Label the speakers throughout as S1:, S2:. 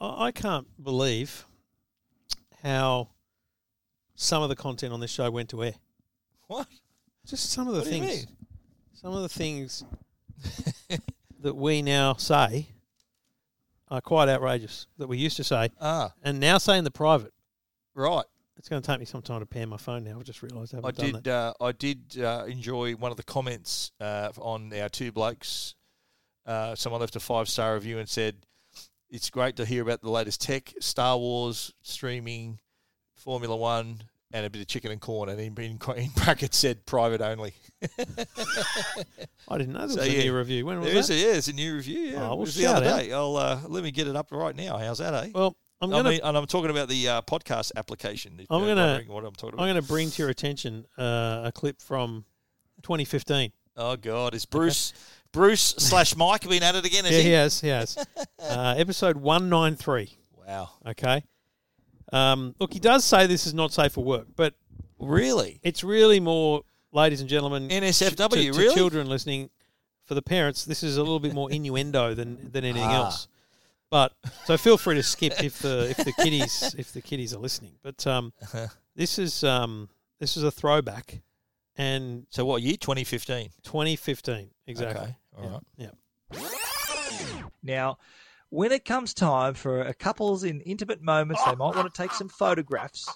S1: I, I can't believe how some of the content on this show went to air.
S2: What?
S1: Just some of the
S2: What do you
S1: things.
S2: mean?
S1: Some of the things that we now say are quite outrageous that we used to say
S2: Ah,
S1: and now say in the private.
S2: right.
S1: It's going to take me some time to pan my phone now. I just realised I haven't
S2: I
S1: done that.
S2: did. Uh, I did uh, enjoy one of the comments uh, on our two blokes. Uh, someone left a five star review and said, "It's great to hear about the latest tech, Star Wars streaming, Formula One, and a bit of chicken and corn." And in, in, in brackets said, "Private only."
S1: I didn't know there was
S2: So,
S1: a
S2: yeah.
S1: new review. When was
S2: There
S1: that?
S2: is, a, yeah, it's a new review. Yeah,
S1: Oh,
S2: it
S1: well,
S2: was the other
S1: shout out.
S2: day. I'll uh, let me get it up right now. How's that, eh?
S1: Well, I'm
S2: I
S1: going to
S2: mean, and I'm talking about the uh, podcast application. if
S1: I'm
S2: you're
S1: gonna-
S2: wondering what I'm talking
S1: I'm
S2: about.
S1: going to bring to your attention uh, a clip from 2015.
S2: oh God, is Bruce Bruce slash Mike been at it again? Is
S1: Yeah,
S2: he?
S1: he has. He has. uh, episode 193.
S2: Wow.
S1: Okay. Um, look, he does say this is not safe for work, but
S2: Really?
S1: it's really more, ladies and gentlemen,
S2: NSFW,
S1: to, to
S2: really?
S1: children listening. For the parents, this is a little bit more innuendo than than anything
S2: Ah.
S1: else. But so feel free to skip if the if the kiddies if the kiddies are listening. But um, this is um, this is a throwback, and
S2: So what year? 2015.
S1: 2015 exactly.
S2: Okay. All
S1: Yeah.
S2: right.
S1: Yeah.
S3: Now, when it comes time for a couples in intimate moments, they might want to take some photographs.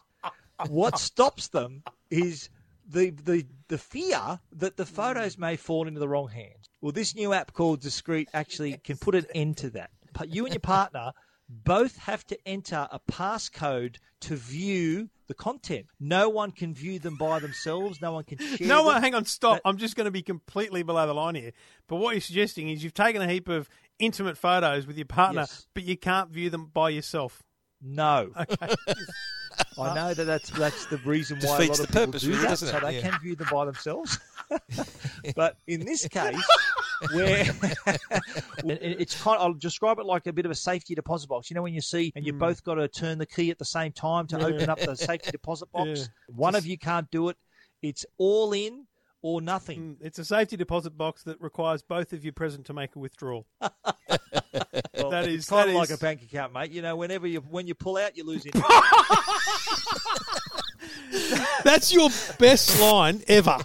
S3: What stops them is the, the, the fear that the photos may fall into the wrong hands. Well, this new app called Discreet actually can put an end to that. Pa- You and your partner both have to enter a passcode to view the content. No one can view them by themselves. No one can share.
S4: No
S3: them.
S4: one, hang on, stop. I'm just going to be completely below the line here. But what you're suggesting is you've taken a heap of intimate photos with your partner,
S3: Yes.
S4: but you can't view them by yourself.
S3: No. I know that that's that's the reason why a
S2: Defeats
S3: lot
S2: the
S3: of people
S2: purpose,
S3: do
S2: really,
S3: that,
S2: doesn't it?
S3: so they
S2: Yeah.
S3: can view them by themselves. but in this case, where it- it- it's kind, I'll describe it like a bit of a safety deposit box. You know, when you see
S4: Hmm.
S3: and you both got to turn the key at the same time to open up the safety deposit box. One of you can't do it. It's all in or nothing.
S4: Mm, It's a safety deposit box that requires both of you present to make a withdrawal.
S3: Well,
S4: Hmm. That
S3: it's
S4: is-
S3: kind
S4: that
S3: of like
S4: is-
S3: a bank account, mate. You know, whenever you when you pull out, you lose interest.
S1: That's your best line ever.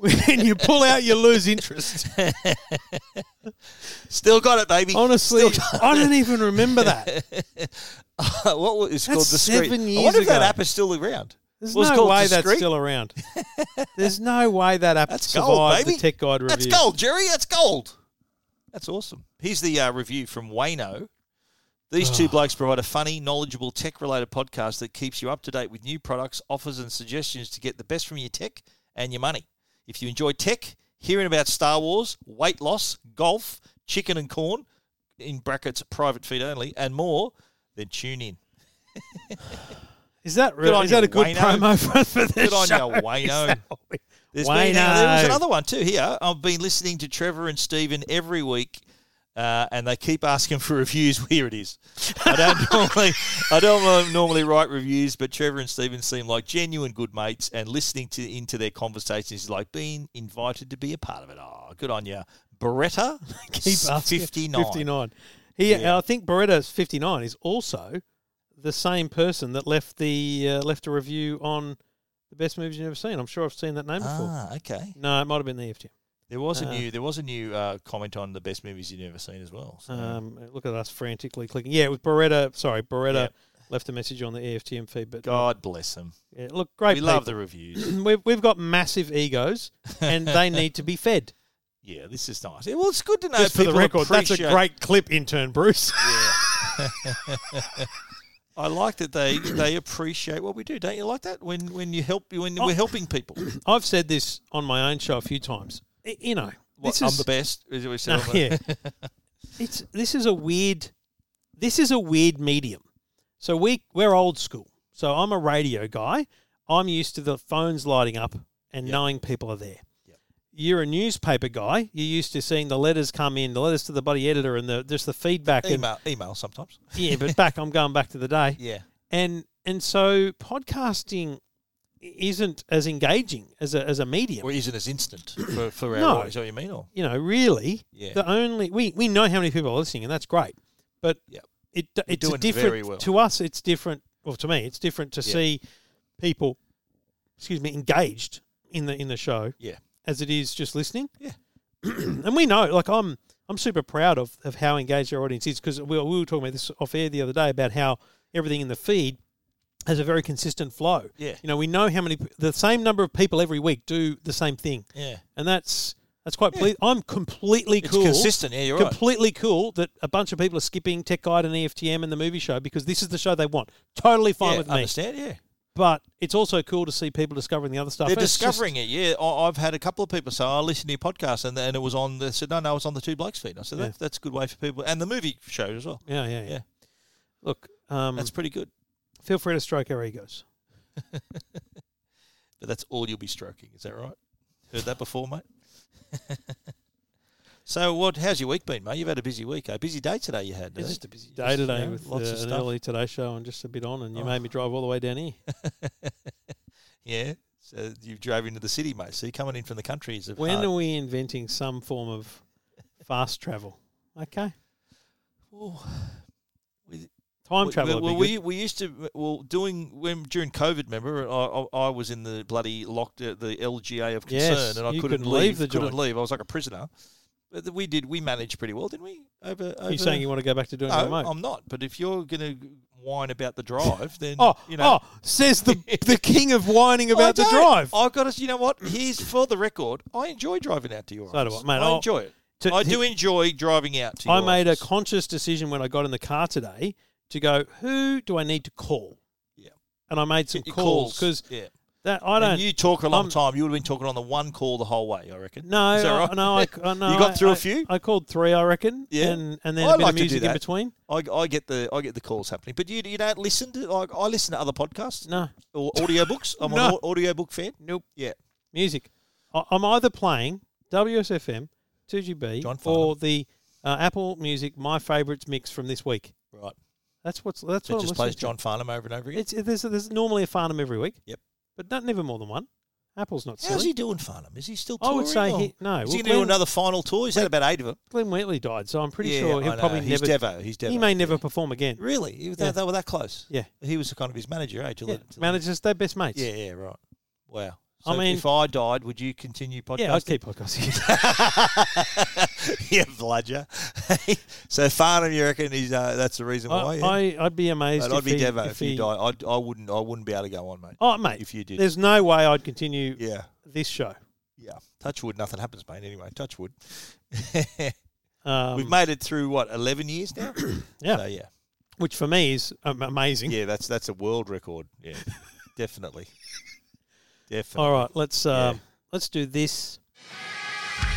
S1: when you pull out, you lose interest.
S2: Still got it, baby.
S1: Honestly, I don't even remember that.
S2: what was it's called? Discreet.
S1: Oh, seven
S2: I
S1: years
S2: wonder if that
S1: ago.
S2: app is still around.
S1: There's
S2: Well, it's
S1: no
S2: called
S1: way that's
S2: discreet.
S1: still around. There's no way that app
S2: That's
S1: survived
S2: gold, baby.
S1: the Tech Guide review.
S2: That's gold, Jerry. That's gold. That's awesome. Here's the uh, review from Wayno. These two blokes provide a funny, knowledgeable tech related podcast that keeps you up to date with new products, offers, and suggestions to get the best from your tech and your money. If you enjoy tech, hearing about Star Wars, weight loss, golf, chicken and corn, in brackets, private feed only, and more, then tune in.
S1: Is that
S2: Good
S1: real?
S2: on
S1: Is
S2: you,
S1: that a good
S2: Wayno.
S1: promo for, for this
S2: Good on
S1: show?
S2: you, Wayno. There's been,
S1: Wayno.
S2: now, there was another one too here. I've been listening to Trevor and Stephen every week, uh, and they keep asking for reviews. Here it is. I don't normally, I don't normally write reviews, but Trevor and Stephen seem like genuine good mates, and listening to into their conversations is like being invited to be a part of it. Oh, good on you, Beretta.
S1: Keep asking.
S2: 59.
S1: 59. He, uh, I think Beretta's 59 is also the same person that left the uh, left a review on the best movies you've ever seen. I'm sure I've seen that name before.
S2: Ah, okay.
S1: No, it might have been the E EFG.
S2: There was a
S1: Uh,
S2: new, there was a new uh, comment on the best movies you've never seen as well. So.
S1: Um, look at us frantically clicking. Yeah, it was Beretta. Sorry, Beretta
S2: Yeah.
S1: left a message on the E EFTM feed. But
S2: God bless them.
S1: yeah, look, great.
S2: We love the
S1: people.
S2: reviews.
S1: we've we've got massive egos, and they need to be fed.
S2: Yeah, this is nice. Yeah, well, it's good to know
S1: Just for the
S2: people
S1: record, that's a
S2: appreciate-
S1: great clip, intern Bruce.
S2: I like that they they appreciate what we do. Don't you like that? When when you help when
S1: Oh.
S2: we're helping people.
S1: I've said this on my own show a few times. I- you know,
S2: What,
S1: this
S2: I'm
S1: is
S2: the best. Is it we said
S1: No,
S2: on the-
S1: yeah, it's this is a weird, this is a weird medium. So we we're old school. So I'm a radio guy. I'm used to the phones lighting up and knowing people are there. You're a newspaper guy. You're used to seeing the letters come in, the letters to the buddy editor, and the just the feedback. And,
S2: email email sometimes.
S1: yeah, but back I'm going back to the day
S2: Yeah,
S1: and and so podcasting isn't as engaging as a as a medium.
S2: or isn't as instant for for our
S1: No.
S2: is that what you mean? Or
S1: you know, really,
S2: Yeah.
S1: the only we we know how many people are listening, and that's great. But
S2: Yep.
S1: it it's a
S2: doing
S1: different
S2: very well.
S1: to us. It's different. Well, to me, it's different to
S2: Yeah.
S1: see people, excuse me, engaged in the in the show
S2: Yeah.
S1: as it is just listening.
S2: Yeah.
S1: and we know, like I'm, I'm super proud of, of how engaged our audience is because we, were- we were talking about this off air the other day about how everything in the feed has a very consistent flow.
S2: Yeah.
S1: you know, we know how many p- the same number of people every week do the same thing,
S2: Yeah.
S1: and that's that's quite. Ple- I'm completely
S2: It's
S1: cool
S2: consistent. Yeah, you're right.
S1: completely cool that a bunch of people are skipping Tech Guide and E EFTM and the movie show because this is the show they want. Totally fine
S2: yeah,
S1: with me.
S2: understand? Yeah.
S1: But it's also cool to see people discovering the other stuff.
S2: They're
S1: It's Uh, just-
S2: discovering it. Yeah, I- I've had a couple of people say, "Oh, "I listened to your podcast," and, and it was on. They said, "No, no, it's on the Two Blokes feed." I said,
S1: Yeah.
S2: that, "That's a good way for people." And the movie show as well.
S1: yeah, yeah, yeah,
S2: Yeah.
S1: Look, um,
S2: That's pretty good.
S1: feel free to stroke our egos.
S2: But that's all you'll be stroking. Is that right? Heard that before, mate. so, what? How's your week been, mate? You've had a busy week. A busy day today. You had. eh?
S1: It's just a busy day today
S2: yeah,
S1: with
S2: lots
S1: uh,
S2: of
S1: an
S2: stuff.
S1: early Today show and just a bit on, and you
S2: Oh.
S1: made me drive all the way down here.
S2: yeah. So you drove into the city, mate. So you're coming in from the country uh, is a
S1: when
S2: hard-
S1: are we inventing some form of fast travel? Okay,
S2: Well,
S1: time
S2: we-
S1: travel.
S2: we-
S1: would be
S2: Well,
S1: good.
S2: we, we used to well doing when during COVID. Remember, I, I, I was in the bloody locked uh, the LGA of concern,
S1: Yes,
S2: and I
S1: you
S2: couldn't,
S1: couldn't
S2: leave.
S1: leave the
S2: couldn't
S1: joint.
S2: leave. I was like a prisoner. But th- we did. We managed pretty well, didn't we? Over. over Uh,
S1: You're saying you want to go back to doing
S2: no,
S1: remote?
S2: I'm not. But if you're going to whine about the drive, then
S1: oh,
S2: you know.
S1: oh, says the the king of whining about
S2: I
S1: the
S2: don't.
S1: drive.
S2: I've got to. You know what? Here's for the record. I enjoy driving out to your
S1: So do
S2: office.
S1: I, mate.
S2: I
S1: I'll-
S2: enjoy it.
S1: To-
S2: I do enjoy driving out to.
S1: I
S2: your
S1: made a
S2: office.
S1: conscious decision when I got in the car today to go, who do I need to call?
S2: Yeah.
S1: And I made some
S2: Your
S1: calls because
S2: yeah.
S1: that I don't.
S2: And you talk a long
S1: I'm-
S2: time. You would have been talking on the one call the whole way. I reckon.
S1: no,
S2: Is that right?
S1: I, no, I, I, no,
S2: You got
S1: I-
S2: through a
S1: I-
S2: few?
S1: I called three, I reckon.
S2: Yeah.
S1: And, and then
S2: I
S1: a bit
S2: like
S1: of
S2: to do
S1: music in
S2: that.
S1: between.
S2: I, I get the I get the calls happening, but you you don't listen to like I listen to other podcasts
S1: No,
S2: or audiobooks. I'm
S1: No.
S2: an au- audiobook fan.
S1: nope.
S2: Yeah,
S1: Music. I, I'm either playing WSFM, 2GB,
S2: John Farnham.
S1: or the uh, Apple Music My Favorites mix from this week.
S2: right.
S1: That's what's that's
S2: So
S1: what I'm
S2: it just
S1: listening
S2: plays
S1: to.
S2: John Farnham over and over again.
S1: It's there's there's normally a Farnham every week.
S2: Yep.
S1: But not never more than one. Apple's not silly.
S2: How's he doing, Farnham? Is he still?
S1: I
S2: Touring
S1: would say
S2: or-
S1: he- no,
S2: Is
S1: well,
S2: he going to do
S1: Glenn-
S2: another final tour? He's had about eight of them.
S1: Glenn Wheatley died, so I'm pretty
S2: Yeah,
S1: sure
S2: I
S1: he'll
S2: know.
S1: probably
S2: he's
S1: never.
S2: Devo. He's Devo.
S1: He may never perform again.
S2: really. He was,
S1: Yeah.
S2: they, they were that close.
S1: Yeah.
S2: He was kind of his manager, eh? Till
S1: yeah.
S2: the- till the-
S1: Managers, they're best mates.
S2: Yeah, yeah, right. Wow.
S1: I
S2: So
S1: mean-
S2: if I died, would you continue podcasting?
S1: yeah. I'd keep podcasting.
S2: yeah, bludger. so Farnham, you reckon he's, uh, that's the reason why? yeah?
S1: I, I, I'd be amazed.
S2: But I'd
S1: if
S2: be
S1: he,
S2: Devo if,
S1: he,
S2: you died. I'd, I wouldn't. I wouldn't be able to go on, mate.
S1: Oh, mate,
S2: if you did.
S1: there's no way I'd continue
S2: Yeah,
S1: this show.
S2: yeah. Touch wood. Nothing happens, mate. Anyway, touch wood.
S1: Um,
S2: We've made it through what eleven years now.
S1: Yeah.
S2: So, yeah.
S1: which for me is um, amazing.
S2: Yeah. That's that's a world record. Yeah. definitely. Definitely.
S1: All right, let's um,
S2: Yeah.
S1: let's do this.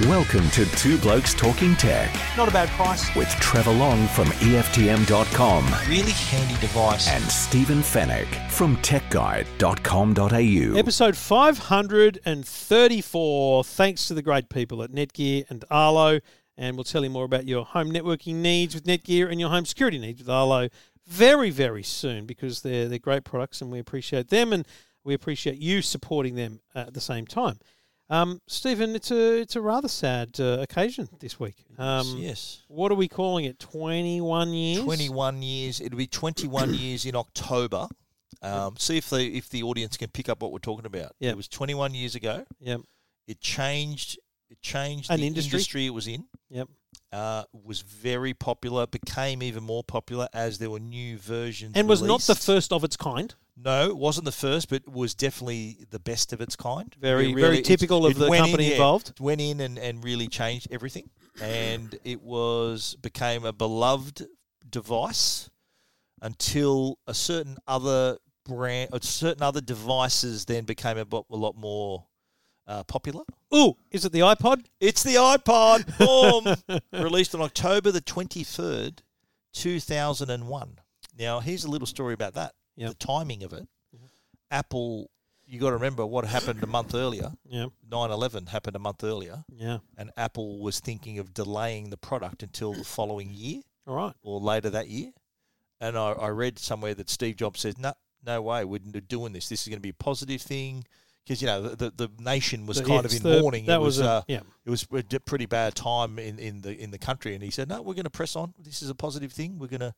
S5: Welcome to Two Blokes Talking Tech
S4: Not a bad price.
S5: with Trevor Long from E EFTM.com
S2: Really handy device.
S5: and Stephen Fennec from TechGuide.com.au.
S1: Episode 534, thanks to the great people at Netgear and Arlo. And we'll tell you more about your home networking needs with Netgear and your home security needs with Arlo very, very soon because they're, they're great products and we appreciate them and we appreciate you supporting them at the same time. Um, Stephen, it's a, it's a rather sad uh, occasion this week. Um,
S2: yes.
S1: What are we calling it? 21 years?
S2: 21 years. It'll be 21 years in October. Um, see if the if the audience can pick up what we're talking about.
S1: Yeah.
S2: It was 21 years ago.
S1: Yep.
S2: It changed. It changed
S1: An
S2: the
S1: industry.
S2: it was in.
S1: Yep.
S2: Uh, was very popular. Became even more popular as there were new versions.
S1: And was not the
S2: released.
S1: first of its kind.
S2: No, it wasn't the first, but was definitely the best of its kind.
S1: Very-
S2: It
S1: very
S2: it's-
S1: typical of
S2: it
S1: the
S2: went in,
S1: company
S2: yeah,
S1: involved.
S2: it Went in and, and really changed everything, and it was became a beloved device until a certain other brand, or certain other devices then became a, bo- a lot more uh, popular.
S1: Ooh, is it the iPod?
S2: It's the iPod, boom, released on October the 23rd, 2001. Now, here's a little story about that
S1: Yep.
S2: the timing of it. Apple, you got to remember what happened a month earlier.
S1: Yeah,
S2: 9 11 happened a month earlier,
S1: yeah.
S2: and Apple was thinking of delaying the product until the following year
S1: All right.
S2: or later that year. And I, I read somewhere that Steve Jobs says, no, no way, we're n- doing this. This is going to be a positive thing. Because, you know, the, the, the nation was
S1: So,
S2: kind
S1: yes,
S2: of in
S1: the-
S2: mourning.
S1: That
S2: it was,
S1: was, a,
S2: uh,
S1: yeah.
S2: it was a d- pretty bad time in, in the in the country, and he said, "No, we're going to press on. This is a positive thing. We're going to,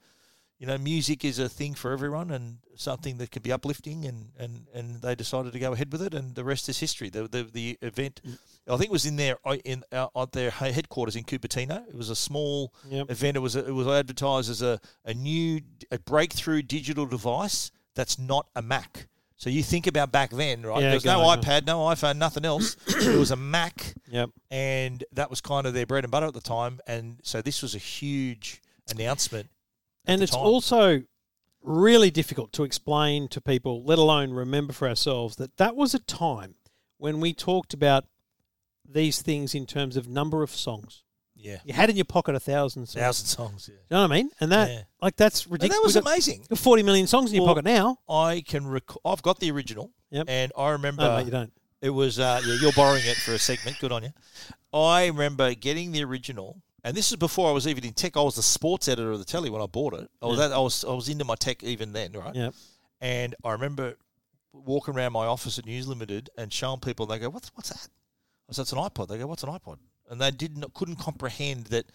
S2: you know, music is a thing for everyone and something that can be uplifting, and, and, and they decided to go ahead with it, and the rest is history. The the, the event,
S1: Mm.
S2: I think, it was in their in uh, at their headquarters in Cupertino. It was a small
S1: Yep.
S2: event. It was it was advertised as a, a new a breakthrough digital device that's not a Mac. So you think about back then, right?
S1: Yeah,
S2: There's no
S1: going on.
S2: iPad, no iPhone, nothing else. it was a Mac
S1: Yep.
S2: and that was kind of their bread and butter at the time. And so this was a huge announcement.
S1: and
S2: the
S1: it's
S2: time.
S1: also really difficult to explain to people, let alone remember for ourselves, that that was a time when we talked about these things in terms of number of songs.
S2: Yeah,
S1: You had in your pocket a thousand songs.
S2: thousand songs. Yeah,
S1: You know what I mean? And that,
S2: Yeah.
S1: like, that's
S2: and
S1: ridiculous.
S2: that was
S1: We've got-
S2: amazing.
S1: You've got 40 million songs in your
S2: Well,
S1: pocket now.
S2: I can recall. I've got the original,
S1: Yep.
S2: and I remember
S1: No, mate, you don't.
S2: it was. Uh, yeah, you're borrowing it for a segment. Good on you. I remember getting the original, and this is before I was even in tech. I was the sports editor of the telly when I bought it. I was, that, I was I was into my tech even then, right?
S1: Yep.
S2: And I remember walking around my office at News Limited and showing people, and they go, "What's what's that?" I said, "It's an iPod." They go, "What's an iPod?" And they didn't couldn't comprehend that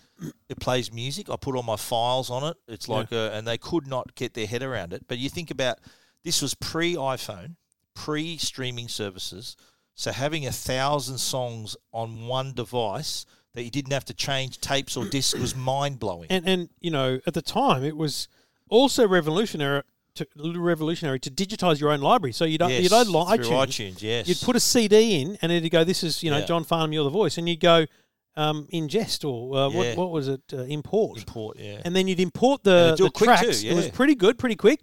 S2: it plays music. I put all my files on it. It's like a, and they could not get their head around it. But you think about this was pre iPhone, pre streaming services. So having a thousand songs on one device that you didn't have to change tapes or discs was mind blowing.
S1: And, and, you know, at the time, it was also revolutionary. To, revolutionary to digitize your own library, so you'd
S2: Yes,
S1: you'd own
S2: through
S1: iTunes,
S2: iTunes, yes.
S1: you'd put a CD in, and it'd go, "This is you know
S2: Yeah.
S1: John Farnham, you're the voice," and you'd go um, ingest or uh,
S2: Yeah.
S1: what what was it uh, import.
S2: import, yeah.
S1: and then you'd import the,
S2: it'd do
S1: the
S2: it quick too,
S1: tracks. It was
S2: yeah.
S1: pretty good, pretty quick,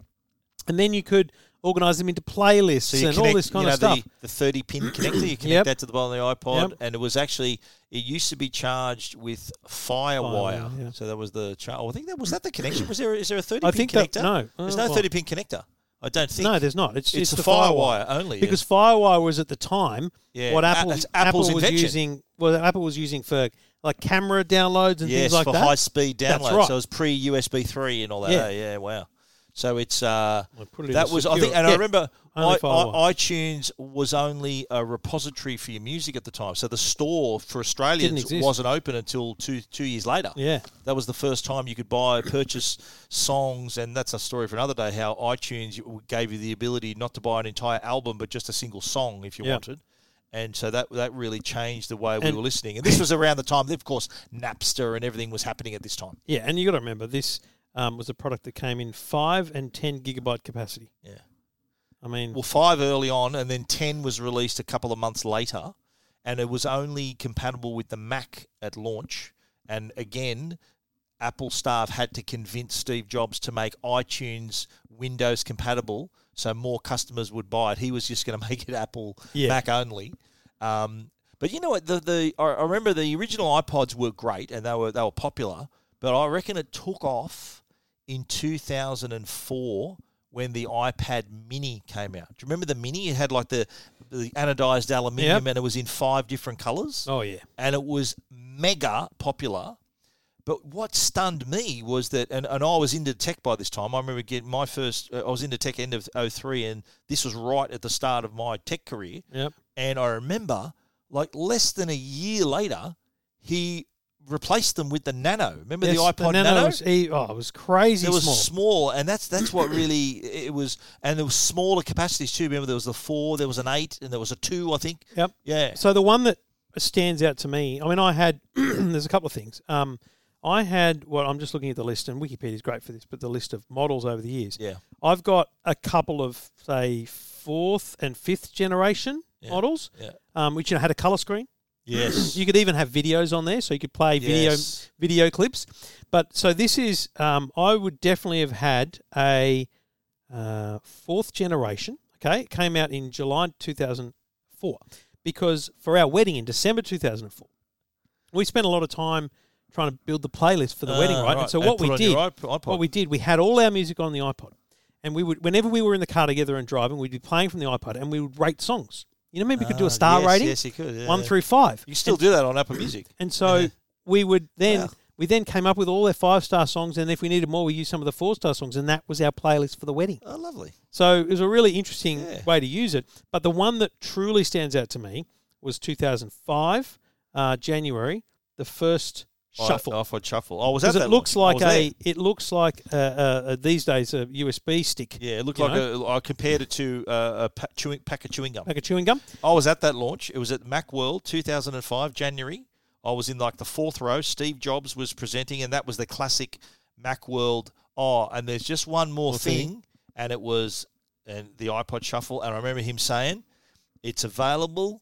S1: and then you could organize them into playlists
S2: So you
S1: and
S2: connect,
S1: all this kind
S2: you know,
S1: of stuff.
S2: The, the 30 pin connector, you connect
S1: Yep.
S2: that to the bottom of the iPod,
S1: Yep.
S2: and it was actually, it used to be charged with Firewire.
S1: Firewire, yeah.
S2: So that was the, char- oh, I think that was that the connection? Was there, is there a 30
S1: I
S2: pin
S1: think that-
S2: connector?
S1: no.
S2: There's
S1: Uh,
S2: no
S1: well-
S2: 30 pin connector. I don't think.
S1: no, there's not. It's
S2: it's,
S1: it's
S2: the
S1: the Firewire.
S2: Firewire only.
S1: because FireWire was at the time
S2: Yeah,
S1: what
S2: a-
S1: Apple
S2: it's
S1: Apple
S2: Apple's
S1: was
S2: invention.
S1: using. Well, Apple was using for like camera downloads and
S2: yes,
S1: things like
S2: for
S1: that.
S2: high speed
S1: That's
S2: download.
S1: right.
S2: So it was pre USB 3 and all that.
S1: Yeah.
S2: Yeah, yeah wow. So it's, uh,
S1: I put it in
S2: that
S1: the
S2: was, I
S1: secure-
S2: think, and I
S1: Yeah.
S2: remember
S1: Only
S2: I,
S1: Firewire.
S2: I, iTunes was only a repository for your music at the time. So the store for Australians
S1: exist.
S2: wasn't open until two two years later.
S1: Yeah.
S2: That was the first time you could buy, purchase songs, and that's a story for another day. How iTunes gave you the ability not to buy an entire album, but just a single song if you
S1: Yeah.
S2: wanted. And so that that really changed the way we
S1: And-
S2: were listening. And this was around the time, of course, Napster and everything was happening at this time.
S1: Yeah, and you got to remember this um, was a product that came in five and ten gigabyte capacity.
S2: Yeah.
S1: I mean,
S2: Well, five early on, and then ten was released a couple of months later, and it was only compatible with the Mac at launch. And again, Apple staff had to convince Steve Jobs to make iTunes Windows compatible, so more customers would buy it. He was just going to make it Apple
S1: Yeah.
S2: Mac only. Um, but you know what? The the I I remember the original iPods were great and they were they were popular, but I reckon it took off in 2004 when the iPad Mini came out. Do you remember the Mini? It had like the the anodized aluminium
S1: Yep.
S2: and it was in five different colors
S1: oh yeah,
S2: and it was mega popular. But what stunned me was that, and, and I was into tech by this time. I remember getting my first, uh, I was into tech end of 03, and this was right at the start of my tech career.
S1: yep,
S2: And I remember, like, less than a year later, he replaced them with the Nano. Remember the
S1: Yes,
S2: iPod Nano?
S1: was e- oh, it was crazy
S2: it was
S1: small.
S2: small. and that's that's what really it was. And there was smaller capacities too. Remember, there was the four, there was an eight, and there was a two, I think.
S1: Yep.
S2: Yeah.
S1: So the one that stands out to me, I mean, I had there's a couple of things. Um, I had well, I'm just looking at the list, and Wikipedia's great for this, but the list of models over the years.
S2: Yeah.
S1: I've got a couple of say fourth and fifth generation
S2: Yeah.
S1: models,
S2: Yeah.
S1: um, which you know, had a color screen.
S2: Yes.
S1: You could even have videos on there, so you could play video
S2: Yes.
S1: video clips. But so this is, um, I would definitely have had a uh, fourth generation. Okay, it came out in July two thousand four, because for our wedding in December two thousand four, we spent a lot of time trying to build the playlist for the wedding,
S2: Ah,
S1: right? And so
S2: And
S1: what
S2: put
S1: we
S2: on your
S1: did,
S2: iP- iPod.
S1: what we did, we had all our music on the iPod, and we would whenever we were in the car together and driving, we'd be playing from the iPod, and we would rate songs. You know, maybe we could do a
S2: Ah,
S1: star
S2: yes,
S1: rating,
S2: Yes, you could. yeah.
S1: one through five.
S2: You still do that on Apple Music.
S1: And so we would then
S2: Wow.
S1: we then came up with all their five star songs, and if we needed more, we used some of the four star songs, and that was our playlist for the wedding.
S2: Oh, lovely.
S1: So it was a really interesting
S2: Yeah.
S1: way to use it. But the one that truly stands out to me was 2005 uh, January, the first shuffle.
S2: I, I thought shuffle. Oh, was that
S1: Because
S2: that
S1: it looks
S2: long? I
S1: like
S2: was there.
S1: a, it looks like uh, uh, uh, these days a USB stick,
S2: Yeah, it looked
S1: you
S2: like a. I compared it to uh, a pa- chewing, pack of chewing gum.
S1: like a chewing gum.
S2: I was at that launch. It was at Macworld 2005, January. I was in like the fourth row. Steve Jobs was presenting, and that was the classic Macworld. Oh, and there's just one more thing,
S1: thing.
S2: and it was and the iPod Shuffle. And I remember him saying, "It's available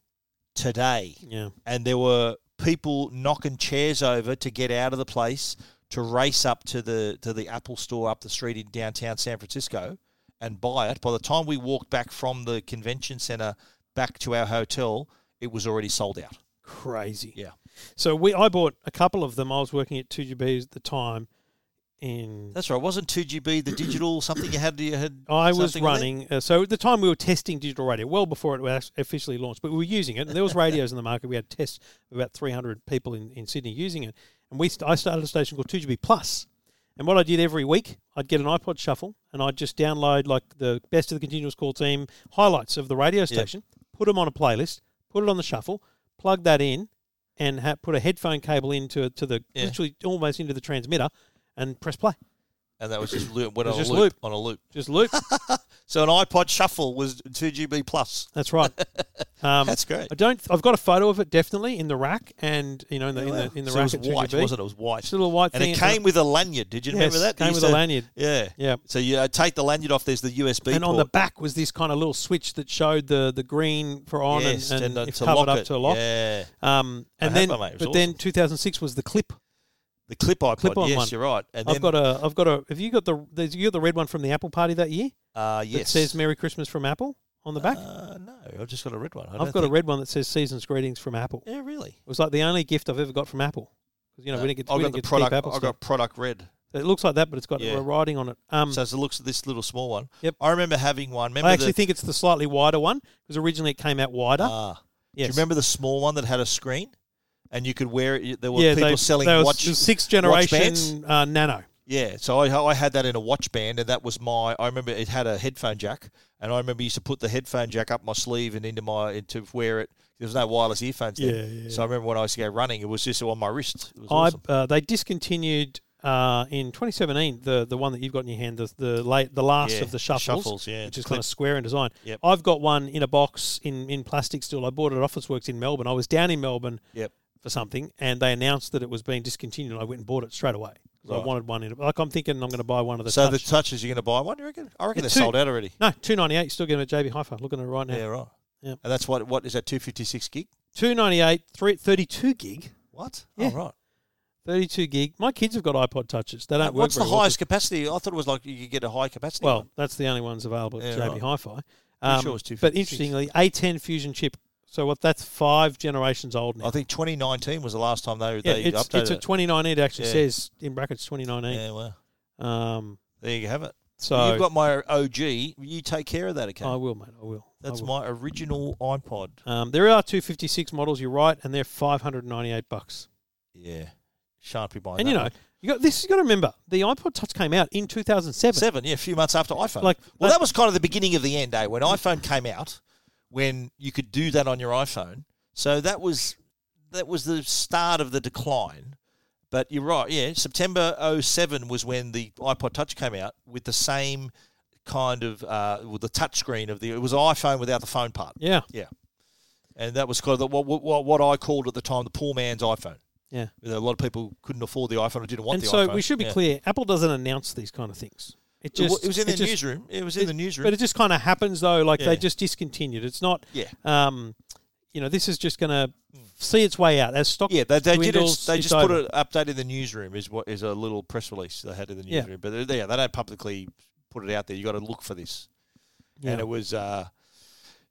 S2: today."
S1: Yeah,
S2: and there were people knocking chairs over to get out of the place to race up to the to the Apple store up the street in downtown San Francisco and buy it. By the time we walked back from the convention center back to our hotel, it was already sold out.
S1: crazy.
S2: Yeah.
S1: So we, I bought a couple of them. I was working at 2GB at the time, and
S2: That's right. Wasn't two GB the digital something you had? You had.
S1: I was
S2: something with it?
S1: running. Uh, so at the time we were testing digital radio, well before it was officially launched, but we were using it. And there was radios in the market. We had tests of about 300 people in, in Sydney using it. And we st- I started a station called 2GB Plus. And what I did every week, I'd get an iPod Shuffle and I'd just download like the best of the continuous call team highlights of the radio station, put them on a playlist, put it on the shuffle, plug that in, and ha- put a headphone cable into to the
S2: Yeah.
S1: literally almost into the transmitter, and press play.
S2: and that was just loop, went
S1: It was
S2: on
S1: just
S2: a loop,
S1: loop.
S2: on a loop.
S1: Just loop.
S2: So an iPod Shuffle was two GB plus.
S1: That's right. Um,
S2: That's great.
S1: I don't. I've got a photo of it definitely in the rack and you know in the in the in the
S2: So it
S1: rack.
S2: was
S1: at
S2: white,
S1: 2GB.
S2: wasn't it? It was white.
S1: It's a little white
S2: and
S1: thing.
S2: it came with a lanyard. Did you remember
S1: Yes,
S2: that? They
S1: came
S2: used
S1: with a
S2: to-
S1: lanyard.
S2: Yeah,
S1: Yeah.
S2: So you uh, take the lanyard off. There's the USB
S1: and
S2: port.
S1: on the back was this kind of little switch that showed the the green for on
S2: yes,
S1: and, and,
S2: uh,
S1: if covered up to a lock.
S2: Yeah,
S1: Um, and
S2: had
S1: then,
S2: one, mate. It was
S1: but then 2006 was the clip.
S2: the clip iPod.
S1: Clip-on
S2: yes,
S1: one.
S2: you're right. And
S1: I've
S2: then
S1: got a. I've got a. Have you got the? there's- You got the red one from the Apple party that year
S2: uh,
S1: that
S2: yes,
S1: says "Merry Christmas from Apple" on the back.
S2: Uh, no, I've just got a red one. I
S1: I've got a red one that says "Seasons Greetings from Apple."
S2: Yeah, really.
S1: It was like the only gift I've ever got from Apple because you know we didn't get,
S2: I've
S1: we
S2: got
S1: didn't
S2: the
S1: get to
S2: product.
S1: keep Apple
S2: I've
S1: stuff.
S2: got product red.
S1: It looks like that, but it's got
S2: Yeah.
S1: writing on it. Um,
S2: So it looks at this little small one.
S1: Yep.
S2: I remember having one. Remember
S1: I actually
S2: the,
S1: think it's the slightly wider one because originally it came out wider.
S2: Ah,
S1: yes.
S2: Do you remember the small one that had a screen, and you could wear it? There were
S1: yeah,
S2: people
S1: they,
S2: selling
S1: they were
S2: watch.
S1: s- sixth
S2: watch bands?
S1: generation uh, Nano.
S2: Yeah, so I, I had that in a watch band, and that was my. I remember it had a headphone jack, and I remember used to put the headphone jack up my sleeve and into my and to wear it. There was no wireless earphones. Then.
S1: Yeah, yeah,
S2: So I remember when I used to go running, it was just on my wrist. It was awesome.
S1: I uh, they discontinued uh, in 2017 the the one that you've got in your hand, the the late the last
S2: Yeah,
S1: of
S2: the
S1: the shuffles,
S2: shuffles, yeah,
S1: which
S2: the
S1: is kind
S2: clip.
S1: of square in design.
S2: Yep.
S1: I've got one in a box in in plastic still. I bought it at Office Works in Melbourne. I was down in Melbourne
S2: Yep.
S1: for something, and they announced that it was being discontinued. and I went and bought it straight away. 'Cause I
S2: Right.
S1: wanted one in it. Like I'm thinking, I'm going to buy one of the.
S2: so the
S1: touch.
S2: touches, you're going to buy one? do You reckon? I reckon
S1: Yeah,
S2: they're
S1: two.
S2: sold out already.
S1: no, two ninety eight. Still getting a JB Hi-Fi. Looking at it right now.
S2: Yeah, right.
S1: Yeah.
S2: And that's what what is that? Two fifty six gig.
S1: 298, three, 32 gig.
S2: What?
S1: Yeah.
S2: Oh, right.
S1: 32 gig. My kids have got iPod touches. They don't work
S2: What's the
S1: very well.
S2: highest capacity? I thought it was like you could get a high capacity.
S1: Well,
S2: one.
S1: that's the only ones available
S2: Yeah,
S1: at JB
S2: right.
S1: Hi-Fi. Um,
S2: Pretty sure it's 256.
S1: but interestingly, A10 Fusion chip. So what? That's five generations old now.
S2: I think 2019 was the last time they
S1: yeah,
S2: they
S1: it's,
S2: updated
S1: it's a
S2: it.
S1: 2019. It actually
S2: Yeah.
S1: says in brackets 2019.
S2: yeah, well,
S1: Um,
S2: there you have it.
S1: so
S2: You've got my OG. You take care of that, okay?
S1: I will, mate. I will. I
S2: That's
S1: will.
S2: my original iPod.
S1: Um, there are 256 models. You're right, and they're 598 bucks.
S2: Yeah, shan't be buying.
S1: And
S2: that
S1: you know,
S2: one.
S1: you got this. You got to remember, the iPod Touch came out in 2007.
S2: seven. Yeah, a few months after iPhone.
S1: Like,
S2: well,
S1: that-
S2: that was kind of the beginning of the end, eh? When iPhone came out, when you could do that on your iPhone. So that was that was the start of the decline. But you're right. Yeah, September 07 was when the iPod Touch came out with the same kind of uh, with the touch screen of the. It was iPhone without the phone part.
S1: Yeah.
S2: and that was kind of the, what, what what I called at the time the poor man's iPhone.
S1: Yeah.
S2: You know, a lot of people couldn't afford the iPhone or didn't want
S1: and
S2: the
S1: so
S2: iPhone.
S1: we should be
S2: Yeah.
S1: clear apple doesn't announce these kind of things it
S2: It wa-
S1: just
S2: it was in the
S1: just-
S2: newsroom. It was in the newsroom.
S1: but it just kind of happens though like
S2: Yeah.
S1: they just discontinued it's not
S2: yeah,
S1: um you know this is just going to see its way out as stock
S2: yeah. They, they did it.
S1: dwindles,
S2: They
S1: it's
S2: just put
S1: over.
S2: an update in the newsroom. Is what is a little press release they had in the
S1: Yeah.
S2: newsroom. But they- yeah, they don't publicly put it out there. You got to look for this.
S1: Yeah.
S2: And it was. Uh,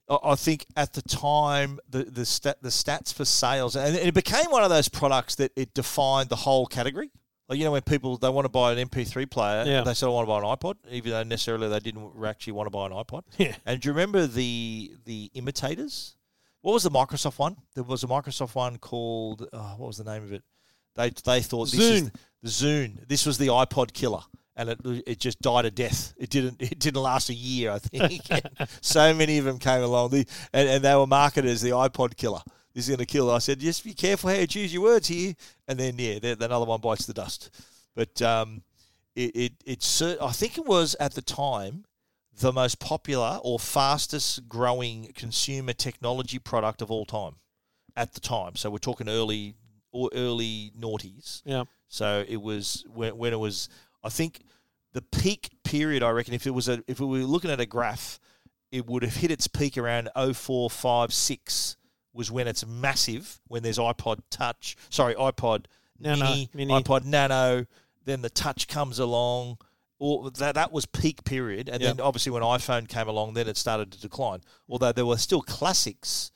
S2: I- I think at the time the the stat, the stats for sales and it became one of those products that it defined the whole category. Like you know when people they want to buy an MP3 player,
S1: Yeah.
S2: they still want to buy an iPod, even though necessarily they didn't actually want to buy an iPod.
S1: yeah
S2: And do you remember the the imitators? What was the Microsoft one? There was a Microsoft one called oh, what was the name of it? They they thought this is
S1: Zune.
S2: the Zune. This was the iPod killer, and it it just died a death. It didn't it didn't last a year. I think so many of them came along, the, and, and they were marketed as the iPod killer. this is going to kill. I said, just be careful how you choose your words here. And then, yeah, th- another one bites the dust. But um, it, it, it, cer- I think it was at the time the most popular or fastest growing consumer technology product of all time at the time. So we're talking early or early noughties.
S1: Yeah.
S2: So it was when, when it was. I think the peak period. I reckon if it was a if we were looking at a graph, it would have hit its peak around 0456 was when it's massive. When there's iPod Touch, sorry, iPod
S1: Nano,
S2: mini,
S1: Mini.
S2: iPod Nano. Then the Touch comes along. Or that that was peak period, and then obviously when iPhone came along, then it started to decline. Although there were still classics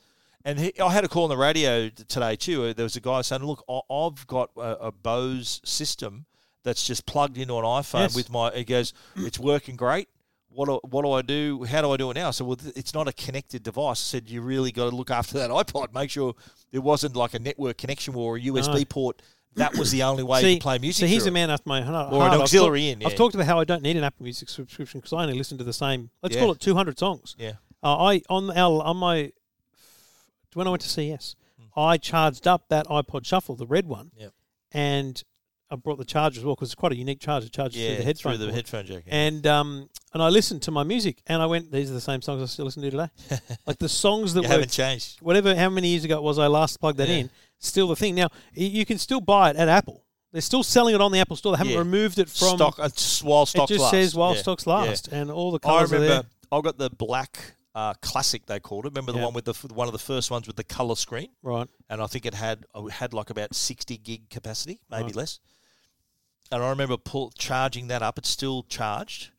S2: and he, I had a call on the radio t- today too. Uh, There was a guy saying, "Look, I, I've got a, a Bose system that's just plugged into an iPhone
S1: Yes.
S2: with my." He goes, "It's working great. What do, what do I do? How do I do it now?" I said, "Well, th- it's not a connected device." I said, "You really got to look after that iPod. Make sure it wasn't like a network connection or a USB port. That was the only way
S1: See,
S2: you could play music."
S1: so he's
S2: through
S1: a
S2: it."
S1: man after my heart.
S2: Or an
S1: I've
S2: auxiliary
S1: talked-
S2: in, yeah.
S1: I've talked about how I don't need an Apple Music subscription because I only listen to the same. Let's
S2: Yeah.
S1: call it 200 songs.
S2: Yeah.
S1: Uh, I on our on my when I went to CS, I charged up that iPod Shuffle, the red one,
S2: Hmm. Yep.
S1: and I brought the charger as well because it's quite a unique charger. It Charges
S2: Yeah,
S1: through the headphone.
S2: through the
S1: port.
S2: headphone jack. yeah.
S1: And um and I listened to my music and I went, these are the same songs I still listen to today. like the songs that
S2: You
S1: were
S2: haven't changed.
S1: whatever how many years ago it was I last plugged that
S2: Yeah.
S1: in, still the thing. Now y- you can still buy it at Apple. They're still selling it on the Apple store. They haven't
S2: Yeah.
S1: removed it from
S2: stock uh, s- while
S1: It
S2: stocks
S1: just
S2: last.
S1: says while
S2: Yeah,
S1: stocks
S2: yeah.
S1: last, and all the
S2: I
S1: colours are there.
S2: remember I got the black uh, classic they called it. Remember the
S1: Yeah.
S2: one with the f- one of the first ones with the color screen,
S1: Right,
S2: and I think it had oh, it had like about sixty gig capacity, maybe less. And I remember pull, charging that up. It's still charged,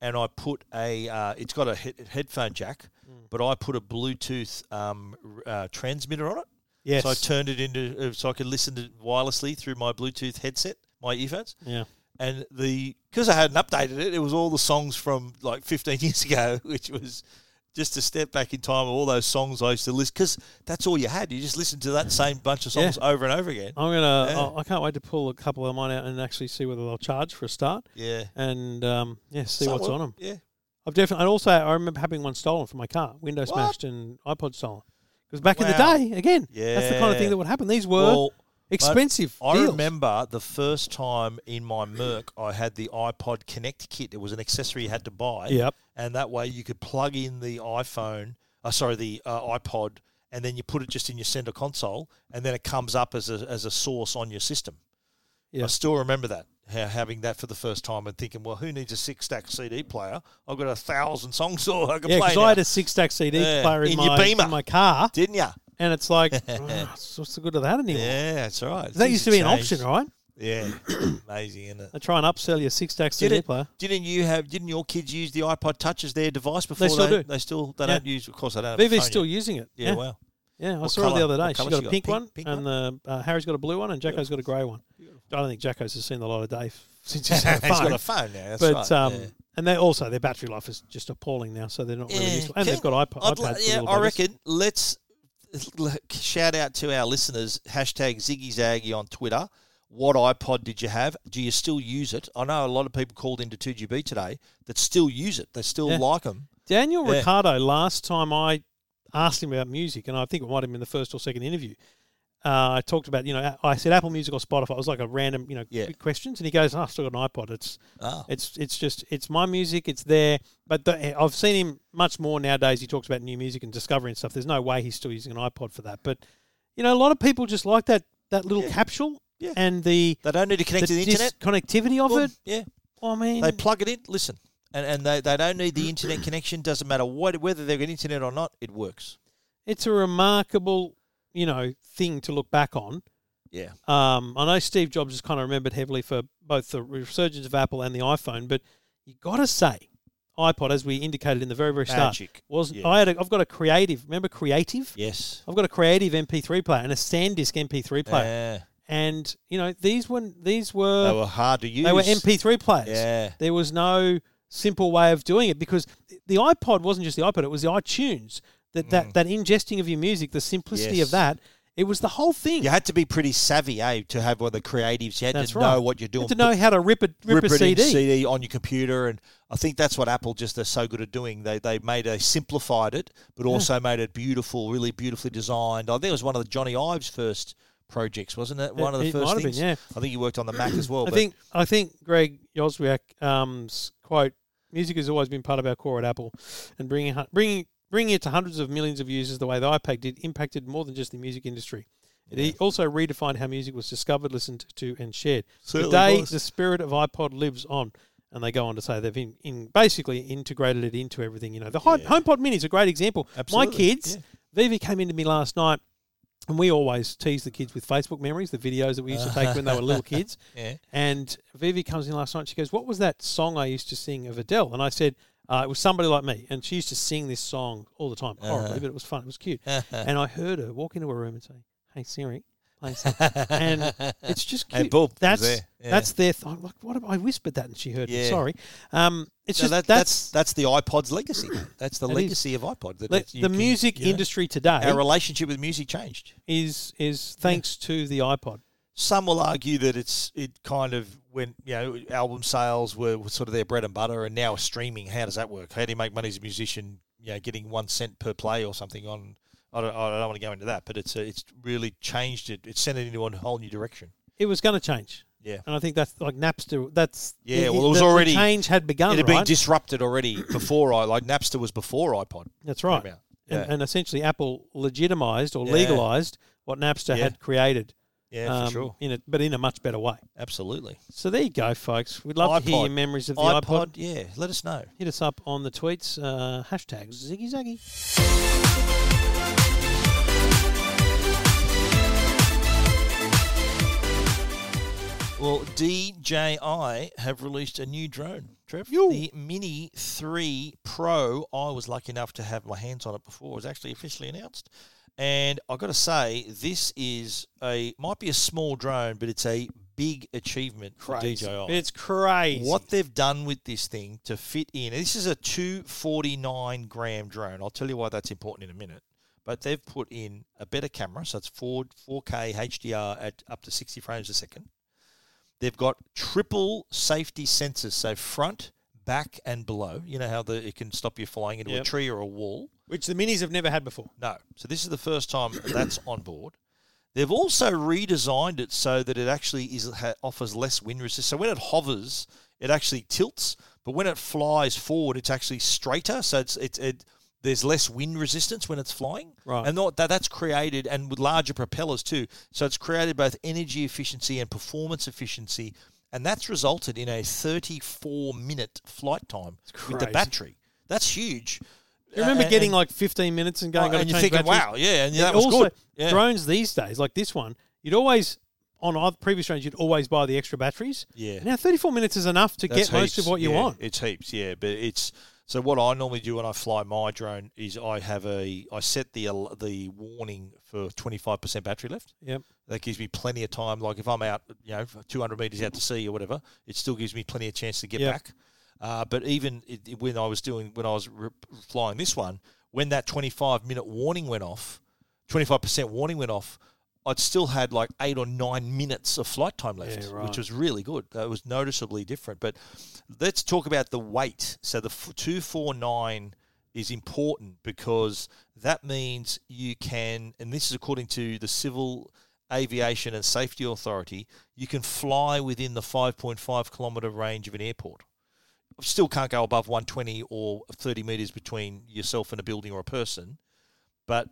S2: and I put a. Uh, it's got a he- headphone jack,
S1: Mm.
S2: but I put a Bluetooth um, r- uh, transmitter on it.
S1: yes,
S2: So I turned it into uh, so I could listen to wirelessly through my Bluetooth headset, my earphones
S1: yeah.
S2: and the because I hadn't updated it, it was all the songs from like 15 years ago, which was just a step back in time of all those songs I used to listen because that's all you had. You just listened to that same bunch of songs over and over again.
S1: I'm gonna.
S2: Yeah.
S1: I- I can't wait to pull a couple of mine out and actually see whether they'll charge for a start,
S2: Yeah,
S1: and um, yeah, see
S2: So,
S1: what's
S2: well,
S1: on them.
S2: Yeah,
S1: I've definitely. And also, I remember having one stolen from my car, window
S2: What?
S1: smashed and iPod stolen. Because back in
S2: Wow.
S1: the day, again, that's the kind of
S2: Yeah.
S1: thing that would happen. These were
S2: well,
S1: expensive.
S2: I
S1: deals.
S2: remember the first time in my Merc, I had the iPod Connect kit. It was an accessory you had to buy.
S1: Yep.
S2: and that way you could plug in the iPhone, uh, sorry, the uh, iPod, and then you put it just in your center console, and then it comes up as a, as a source on your system.
S1: Yeah.
S2: I still remember that ha- having that for the first time and thinking, well, who needs a six stack CD player? I've got a thousand songs all I can
S1: Yeah,
S2: play.
S1: because I had
S2: now."
S1: a six stack CD
S2: Yeah,
S1: player in,
S2: in your
S1: my
S2: Beamer.
S1: in my car,
S2: Didn't ya?
S1: and it's like, "Ugh, so what's the good of that anymore?
S2: Yeah, that's right.
S1: That
S2: Things
S1: used to be an
S2: have
S1: option,
S2: changed.
S1: right?
S2: Yeah, amazing, isn't it?
S1: They try and upsell you a six stack
S2: Did
S1: CD
S2: it,
S1: player.
S2: didn't you have? Didn't your kids use the iPod Touch as their device before?
S1: still
S2: they,
S1: do.
S2: They still. They
S1: Yeah.
S2: don't use. Of course, they don't. have a
S1: Vivi's
S2: phone
S1: still
S2: yet.
S1: using it.
S2: Yeah, Wow.
S1: Yeah, I
S2: What
S1: saw
S2: colour-
S1: her the other
S2: what
S1: day. She
S2: colour
S1: got a
S2: she got?
S1: pink,
S2: Pink-
S1: one,
S2: pink
S1: and the uh, Harry's got a blue one, and Jacko's got a grey one. I don't think Jacko's has seen the light of day f- since he's had a
S2: He's
S1: phone.
S2: got a phone now. That's
S1: but
S2: right.
S1: um,
S2: yeah.
S1: and they also their battery life is just appalling now, so they're not really
S2: Yeah.
S1: useful. And
S2: Can-
S1: they've got iPod.
S2: I'd
S1: iPads
S2: li-
S1: for
S2: yeah,
S1: little
S2: I
S1: buggers.
S2: reckon let's l- shout out to our listeners. Hashtag Ziggy Zaggy on Twitter. What iPod did you have? Do you still use it? I know a lot of people called into 2GB today that still use it. They still
S1: Yeah.
S2: like them.
S1: Daniel
S2: Yeah.
S1: Ricardo, last time I asked him about music, and I think it might have been the first or second interview, uh, I talked about, you know, I said Apple Music or Spotify. It was like a random, you know,
S2: Yeah.
S1: quick questions. And he goes, oh, I've still got an iPod. It's,
S2: Ah.
S1: it's, it's just, it's my music. It's there. But the, I've seen him much more nowadays. He talks about new music and discovery and stuff. There's no way he's still using an iPod for that. But, you know, a lot of people just like that, that little capsule
S2: Yeah.
S1: and the,
S2: They don't need to
S1: the
S2: connect to the internet.
S1: dis- connectivity of
S2: Boom.
S1: it.
S2: Yeah.
S1: I mean,
S2: They plug it in, listen, and, and they, they don't need the internet connection. Doesn't matter what, whether they've got internet or not, it works.
S1: it's a remarkable, you know, thing to look back on.
S2: Yeah.
S1: Um, I know Steve Jobs is kind of remembered heavily for both the resurgence of Apple and the iPhone, but you got to say, iPod, as we indicated in the very very start,
S2: Magic.
S1: was
S2: Yeah.
S1: I had a, I've got a creative. Remember creative?
S2: Yes.
S1: I've got a creative MP3 player and a SanDisk MP3 player,
S2: Yeah.
S1: and you know these were these
S2: They
S1: were
S2: were hard to use.
S1: they were MP3 players.
S2: Yeah.
S1: There was no simple way of doing it because the iPod wasn't just the iPod; it was the iTunes. That that, that ingesting of your music, the simplicity
S2: Mm. Yes.
S1: of that, It was the whole thing.
S2: You had to be pretty savvy, eh, to have one of the creatives. You had
S1: That's
S2: to
S1: right.
S2: know what you're
S1: You
S2: doing.
S1: had to know how to rip a, rip a
S2: it in
S1: CD.
S2: CD on your computer, and I think that's what Apple just are so good at doing. They they made a simplified it, but also made it beautiful, really beautifully designed. I think it was one of the Johnny Ives' first projects, wasn't it? One of the
S1: it might
S2: first
S1: have been,
S2: things.
S1: yeah.
S2: I think he worked on the Mac as well.
S1: I
S2: but
S1: think I think Greg Yoswiak, um s- quote: "Music has always been part of our core at Apple, and bringing hu- bringing bringing it to hundreds of millions of users the way the iPad did impacted more than just the music industry." It e- also redefined how music was discovered, listened to, and shared.
S2: Certainly
S1: Today,
S2: was.
S1: the spirit of iPod lives on, and they go on to say they've in, in basically integrated it into everything. You know, the Hi- HomePod Mini is a great example. My
S2: Absolutely,
S1: kids, Vivi came into me last night and we always tease the kids with Facebook memories, the videos that we used to take when they were little kids.
S2: Yeah.
S1: And Vivi comes in last night. and She goes, "What was that song I used to sing of Adele?" And I said, uh, "It was somebody like me." And she used to sing this song all the time,
S2: Uh-huh.
S1: horribly, but it was fun. It was cute. and I heard her walk into her room and say, "Hey Siri." play some-" and it's just cute.
S2: And boom, it was
S1: that's
S2: there. Yeah.
S1: that's their th- I'm like what am- I whispered that and she heard me.
S2: Yeah.
S1: Sorry, um, it's
S2: no,
S1: just
S2: that,
S1: that's,
S2: that's that's the iPod's legacy. That's the
S1: It is.
S2: legacy of iPod. That it's-
S1: the,
S2: you
S1: the
S2: can-
S1: music
S2: you know,
S1: industry today
S2: Our relationship with music changed.
S1: is is thanks to the iPod.
S2: some will argue that it's it kind of when you know album sales were sort of their bread and butter, and now streaming. How does that work? How do you make money as a musician? You know, getting one cent per play or something on. I don't, I don't want to go into that, but it's uh, it's really changed it. It's sent it into a whole new direction.
S1: it was going to change.
S2: Yeah.
S1: And I think that's like Napster. That's
S2: Yeah,
S1: the-
S2: well, it was
S1: the- the
S2: already-
S1: change had begun.
S2: it had been
S1: right?
S2: disrupted already before I like Napster was before iPod.
S1: that's right.
S2: about.
S1: And,
S2: Yeah.
S1: and essentially, Apple legitimized or
S2: Yeah.
S1: legalized what Napster
S2: Yeah.
S1: had created.
S2: Yeah, for
S1: um,
S2: sure,
S1: In a, but in a much better way.
S2: absolutely.
S1: So there you go, folks. We'd love to hear
S2: iPod.
S1: your memories of the iPod.
S2: yeah. Let us know.
S1: Hit us up on the tweets. Uh, hashtag Ziggy Zaggy.
S2: Well, DJI have released a new drone, Trev. The Mini 3 Pro. I was lucky enough to have my hands on it before it was actually officially announced. And I've got to say, this is a might be a small drone, but it's a big achievement for DJI.
S1: It's crazy.
S2: What they've done with this thing to fit in, this is a 249 gram drone. I'll tell you why that's important in a minute. But they've put in a better camera, so it's 4, 4K HDR at up to 60 frames a second. They've got triple safety sensors, so front, back, and below. You know how the, it can stop you flying into
S1: Yep.
S2: a tree or a wall?
S1: Which the minis have never had before.
S2: No. So this is the first time that's on board. They've also redesigned it so that it actually is ha, offers less wind resistance. So when it hovers, it actually tilts, but when it flies forward, it's actually straighter. So it's it, it there's less wind resistance when it's flying,
S1: Right.
S2: And not, that that's created and with larger propellers too. So it's created both energy efficiency and performance efficiency, and that's resulted in a 34 minute flight time with the
S1: crazy.
S2: battery. That's huge.
S1: You remember
S2: Uh,
S1: getting
S2: and-
S1: like 15 minutes and going,
S2: Oh,
S1: "Gotta
S2: and you're
S1: change
S2: thinking,
S1: batteries."
S2: wow, yeah, and yeah, that
S1: It
S2: was
S1: also,
S2: good. Yeah.
S1: Drones these days, like this one, you'd always on other previous drones, you'd always buy the extra batteries.
S2: Yeah.
S1: Now, thirty-four minutes is enough to
S2: That's
S1: get most
S2: heaps,
S1: of what you
S2: yeah,
S1: want.
S2: It's heaps, yeah. But it's so what I normally do when I fly my drone is I have a I set the al- the warning for twenty five percent battery left.
S1: Yep.
S2: That gives me plenty of time. Like if I'm out, you know, two hundred meters out to sea or whatever, it still gives me plenty of chance to get
S1: Yep.
S2: back. Uh, but even it, it- when I was doing when I was re- flying this one, when that twenty five minute warning went off, twenty five percent warning went off. I'd still had like eight or nine minutes of flight time left,
S1: Yeah, right.
S2: which was really good. Uh, It was noticeably different. But let's talk about the weight. So the f- 249 is important because that means you can, and this is according to the Civil Aviation and Safety Authority, you can fly within the 5.5 kilometre range of an airport. Still can't go above 120 or 30 metres between yourself and a building or a person, but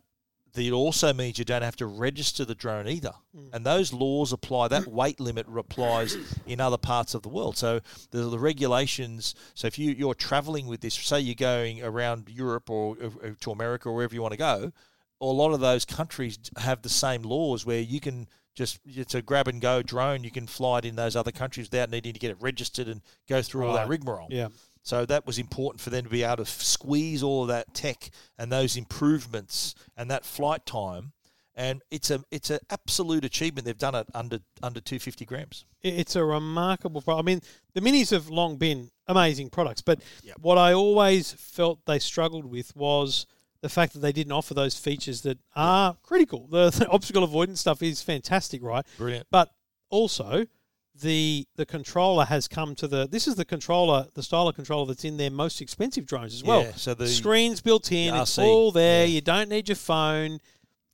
S2: the- it also means you don't have to register the drone either.
S1: Mm.
S2: And those laws apply, that weight limit applies in other parts of the world. So the, the regulations, so if you, you're traveling with this, say you're going around Europe or, uh, uh, to America or wherever you want to go, a lot of those countries have the same laws where you can just, it's a grab and go drone, you can fly it in those other countries without needing to get it registered and go through all that
S1: Right.
S2: rigmarole.
S1: Yeah.
S2: So that was important for them to be able to f- squeeze all of that tech and those improvements and that flight time. And it's a it's an absolute achievement. They've done it under under two fifty grams.
S1: I- It's a remarkable product. I mean, the minis have long been amazing products, but what I always felt they struggled with was the fact that they didn't offer those features that are critical. The, the obstacle avoidance stuff is fantastic, right?
S2: Brilliant.
S1: But also, the the controller has come to the. This is the controller, the style of controller that's in their most expensive drones as well.
S2: Yeah, so the-
S1: screen's built in.
S2: The
S1: It's
S2: RC,
S1: all there. You don't need your phone.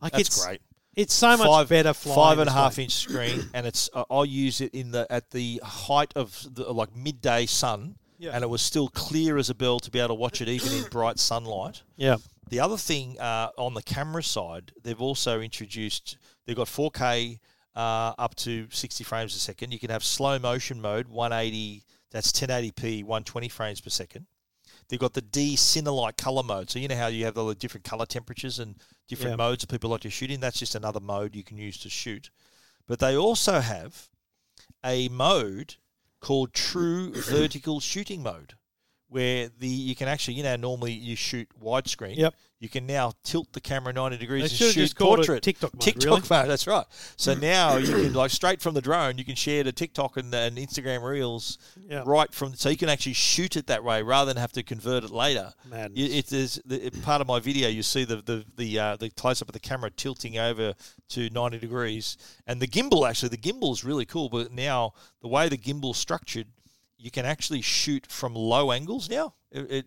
S1: Like
S2: That's
S1: it's
S2: great.
S1: It's so much better flying.
S2: Five and a
S1: this
S2: half
S1: way.
S2: inch screen, and it's uh, I use it in the at the height of the, like midday sun,
S1: Yeah.
S2: and it was still clear as a bell to be able to watch it even in bright sunlight.
S1: Yeah.
S2: The other thing uh, on the camera side, they've also introduced they've got 4K uh, up to 60 frames a second. You can have slow motion mode, 180 that's 1080p, 120 frames per second. They've got the D Cinelite color mode. So you know how you have all the different color temperatures and different
S1: Yeah.
S2: modes that people like to shoot in. That's just another mode you can use to shoot. But they also have a mode called True Vertical Shooting Mode, where the you can actually you know normally you shoot widescreen.
S1: Yep.
S2: You can now tilt the camera 90 degrees
S1: They
S2: and
S1: should've
S2: shoot
S1: just called it
S2: portrait.
S1: TikTok mode,
S2: TikTok
S1: really.
S2: mode. That's right. So
S1: Mm.
S2: now you can like straight from the drone, you can share to TikTok and, and Instagram Reels
S1: Yeah.
S2: right from. So you can actually shoot it that way rather than have to convert it later.
S1: Madness.
S2: You- It is the, it- part of my video. You see the the the, uh, the close up of the camera tilting over to ninety degrees, and the gimbal actually the gimbal is really cool. But now the way the gimbal's structured, you can actually shoot from low angles now. It, it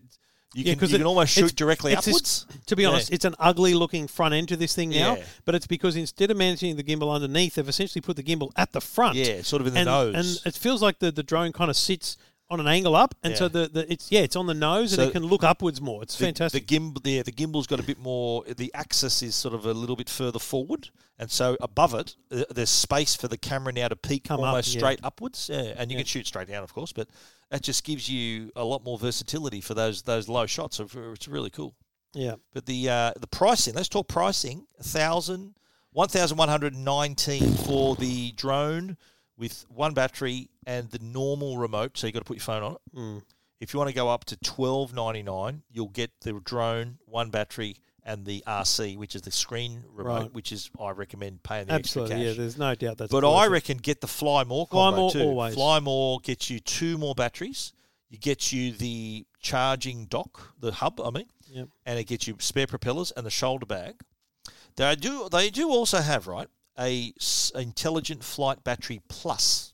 S1: Yeah,
S2: you can you
S1: 'cause it-
S2: can almost
S1: it's-
S2: shoot directly
S1: it's
S2: upwards.
S1: this- to be
S2: Yeah.
S1: honest, it's an ugly looking front end to this thing now,
S2: Yeah.
S1: but it's because instead of managing the gimbal underneath, they've essentially put the gimbal at the front.
S2: Yeah, sort of in the
S1: and,
S2: nose.
S1: And it feels like the, the drone kind of sits on an angle up, and so
S2: Yeah.
S1: the, the it's yeah, it's on the nose and
S2: So
S1: it can look upwards more. It's
S2: the,
S1: fantastic.
S2: The gimbal, yeah, the gimbal's got a bit more. The axis is sort of a little bit further forward, and so above it, uh, there's space for the camera now to peak
S1: Come up,
S2: almost
S1: yeah.
S2: straight upwards. Yeah, and you can shoot straight down, of course, but that just gives you a lot more versatility for those those low shots. Of- It's really cool.
S1: yeah.
S2: But the uh, the pricing, let's talk pricing. thousand, one thousand one hundred nineteen for the drone with one battery and the normal remote. So you got to put your phone on it.
S1: Hmm.
S2: If you want to go up to twelve ninety nine, you'll get the drone, one battery, and the RC, which is the screen remote,
S1: Right.
S2: which is I recommend paying the extra
S1: Absolutely.
S2: cash.
S1: Yeah, there's no doubt that's
S2: But
S1: worth
S2: I
S1: it.
S2: reckon get the Fly More
S1: Fly
S2: combo
S1: More
S2: too.
S1: always.
S2: Fly More gets you two more batteries. You get you the charging dock, the hub, I mean,
S1: Yep.
S2: and it gets you spare propellers and the shoulder bag. They do they do also have right a s- intelligent flight battery plus.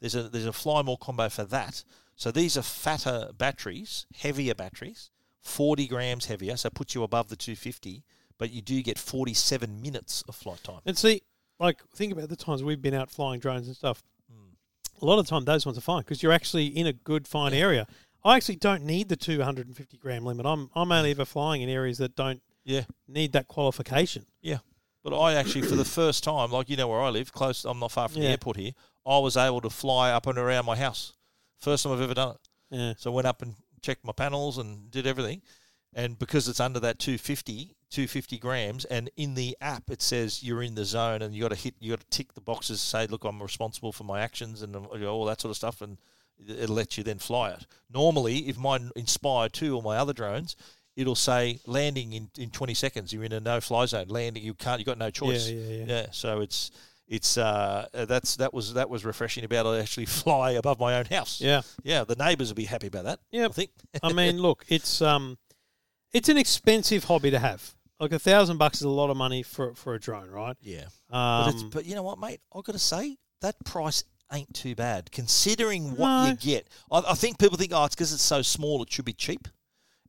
S2: There's a there's a Fly More combo for that. So these are fatter batteries, heavier batteries, 40 grams heavier, so it puts you above the 250, but you do get 47 minutes of flight time.
S1: And see, like, think about the times we've been out flying drones and stuff. A lot of the time, those ones are fine because you're actually in a good, fine area. I actually don't need the 250 gram limit. I'm I'm only ever flying in areas that don't
S2: Yeah.
S1: need that qualification.
S2: Yeah. But I actually, for the first time, like you know where I live, close, I'm not far from
S1: Yeah.
S2: the airport here, I was able to fly up and around my house. First time I've ever done it.
S1: Yeah.
S2: So I went up and checked my panels and did everything. And because it's under that 250, 250 grams, and in the app it says you're in the zone and you got to hit, you got to tick the boxes, say, look, I'm responsible for my actions and you know, all that sort of stuff. And it'll let you then fly it. Normally, if my Inspire 2 or my other drones, it'll say landing in, in 20 seconds. You're in a no fly zone. Landing, you can't, you've got no choice.
S1: yeah, yeah.
S2: so it's, it's uh uh, that's that was that was refreshing about I actually fly above my own house.
S1: Yeah.
S2: Yeah, the neighbours would be happy about that.
S1: Yep.
S2: I think.
S1: I mean, look, it's um, it's an expensive hobby to have. Like a thousand bucks is a lot of money for for a drone, right?
S2: Yeah, but, it's,
S1: Um,
S2: but you know what, mate? I got to say that price ain't too bad considering what
S1: No.
S2: you get. I, I think people think, oh, it's because it's so small, it should be cheap.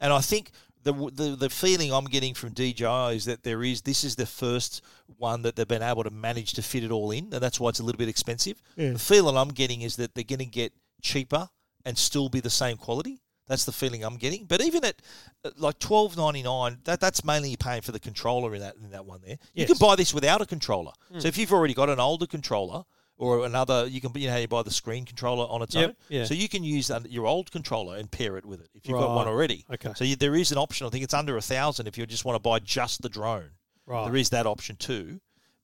S2: And I think the, the the feeling I'm getting from DJI is that there is this is the first one that they've been able to manage to fit it all in, and that's why it's a little bit expensive. The feeling I'm getting is that they're going to get cheaper and still be the same quality. That's the feeling I'm getting. But even at uh, like twelve ninety nine, that that's mainly you're paying for the controller in that in that one there. You can buy this without a controller.
S1: Hmm.
S2: So if you've already got an older controller or another, you can you know how you buy the screen controller on its
S1: Yep,
S2: own.
S1: yeah.
S2: So you can use that, your old controller and pair it with it if you've got one
S1: Right.
S2: already.
S1: Okay.
S2: So you, there is an option. I think it's under a thousand if you just want to buy just the drone.
S1: Right.
S2: There is that option too.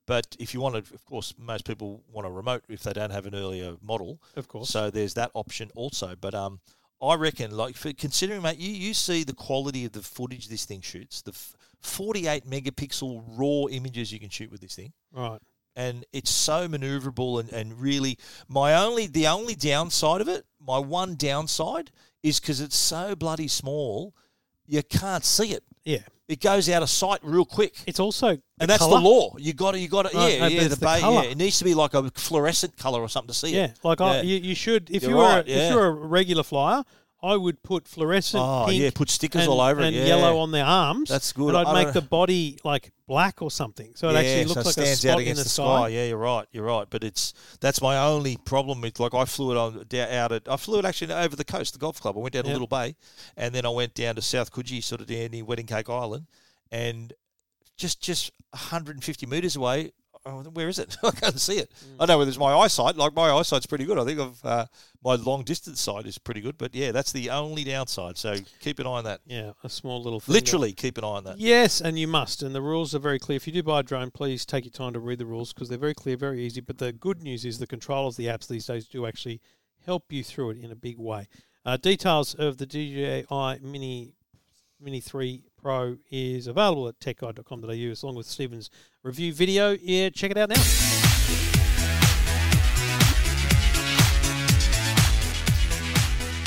S2: But if you want to, of course, most people want a remote if they don't have an earlier model.
S1: Of course.
S2: So there's that option also. But um, I reckon, like, for considering, mate, you, you see the quality of the footage this thing shoots, the f- 48 megapixel raw images you can shoot with this thing
S1: right.
S2: and it's so maneuverable and, and really my only the only downside of it my one downside is because it's so bloody small you can't see it
S1: Yeah.
S2: It goes out of sight real quick.
S1: It's also
S2: and that's
S1: colour.
S2: the law. You got to, you got to,
S1: No,
S2: yeah,
S1: no, but
S2: yeah.
S1: it's
S2: The,
S1: the
S2: bay,
S1: colour.
S2: yeah. It needs to be like a fluorescent color or something to see
S1: Yeah,
S2: it.
S1: like I,
S2: Yeah.
S1: you, you should if
S2: You're
S1: you're, were
S2: right,
S1: if
S2: yeah.
S1: you're a regular flyer, I would put fluorescent
S2: Oh,
S1: pink
S2: yeah, put stickers
S1: and,
S2: all over it,
S1: and
S2: yeah.
S1: yellow on their arms.
S2: That's good.
S1: And I'd
S2: I
S1: make
S2: don't-
S1: the body like black or something, so it actually
S2: Yeah,
S1: looks
S2: so
S1: like
S2: it
S1: a
S2: stands
S1: spot
S2: out
S1: in
S2: against
S1: the,
S2: the
S1: sky.
S2: sky. Yeah, you're right. You're right. But it's that's my only problem with like I flew it on da- out at I flew it actually over the coast, the golf club. I went down
S1: Yeah.
S2: to Little Bay, and then I went down to South Coogee, sort of down near Wedding Cake Island, and just just 150 meters away. Oh, where is it? I can't see it. I know whether it's my eyesight. Like my eyesight's pretty good. I think of uh, my long distance sight is pretty good. But yeah, that's the only downside. So keep an eye on that.
S1: Yeah, a small little thing.
S2: Literally, keep an eye on that.
S1: Yes, and you must. And the rules are very clear. If you do buy a drone, please take your time to read the rules because they're very clear, very easy. But the good news is the controllers, the apps these days do actually help you through it in a big way. Uh, details of the DJI Mini Mini 3 Pro is available at techguide.com.au along with Stephen's review video. Yeah, check it out now.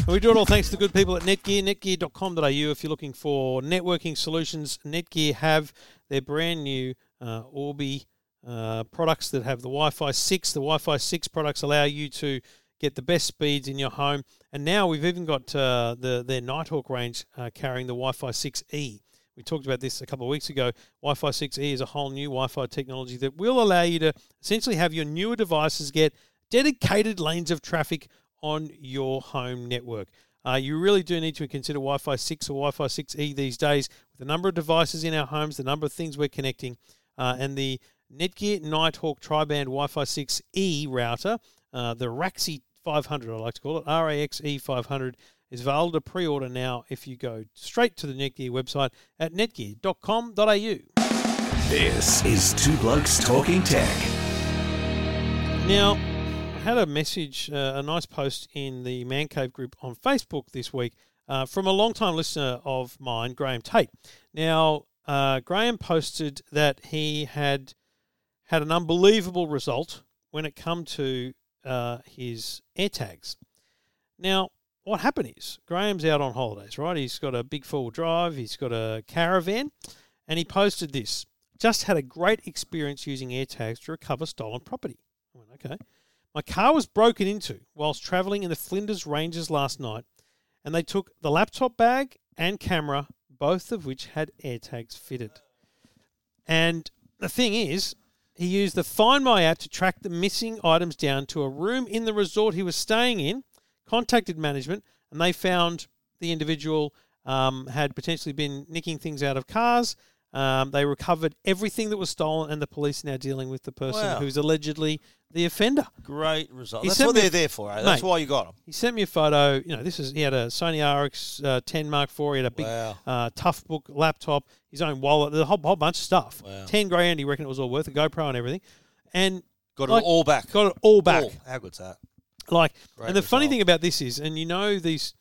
S1: And we do it all thanks to the good people at Netgear, netgear.com.au. If you're looking for networking solutions, Netgear have their brand new uh, Orbi uh, products that have the Wi Fi 6. The Wi Fi 6 products allow you to get the best speeds in your home. And now we've even got uh, the, their Nighthawk range uh, carrying the E. Wi Fi 6E. We talked about this a couple of weeks ago. Wi Fi 6E is a whole new Wi Fi technology that will allow you to essentially have your newer devices get dedicated lanes of traffic on your home network. Uh, you really do need to consider Wi Fi 6 or Wi Fi 6E these days with the number of devices in our homes, the number of things we're connecting, uh, and the Netgear Nighthawk Tri-Band Wi-Fi 6E router, uh, the Raxi 500, I like to call it, RAXE 500, E is available to pre-order now if you go straight to the Netgear website at netgear.com.au.
S5: This is Two Blokes Talking Tech.
S1: Now, I had a message, uh, a nice post in the Man Cave group on Facebook this week uh, from a long-time listener of mine, Graham Tate. Now, uh, Graham posted that he had had an unbelievable result when it come to uh, his AirTags. Now, what happened is Graham's out on holidays, right? He's got a big four-wheel drive, he's got a caravan, and he posted this. Just had a great experience using AirTags to recover stolen property. I went, okay. My car was broken into whilst travelling in the Flinders Ranges last night, and they took the laptop bag and camera, both of which had AirTags fitted. And the thing is, he used the Find My app to track the missing items down to a room in the resort he was staying in, contacted management, and they found the individual um, had potentially been nicking things out of cars. Um, they recovered everything that was stolen, and the police are now dealing with the person
S2: Wow.
S1: who's allegedly the offender.
S2: Great result.
S1: He
S2: That's
S1: sent
S2: what
S1: me-
S2: they're there for. Eh? That's
S1: Mate.
S2: why you got them.
S1: He sent me a photo. You know, this is he had a Sony RX uh, 10 Mark IV. He had a big
S2: Wow.
S1: uh, tough book laptop, his own wallet, a whole, whole bunch of stuff. Ten grand. He reckoned it was all worth a GoPro and everything, and
S2: Got
S1: Like-
S2: it all back.
S1: got it all back.
S2: All. How good's that?
S1: Like,
S2: Great
S1: and the funny
S2: result.
S1: thing about this is, and you know these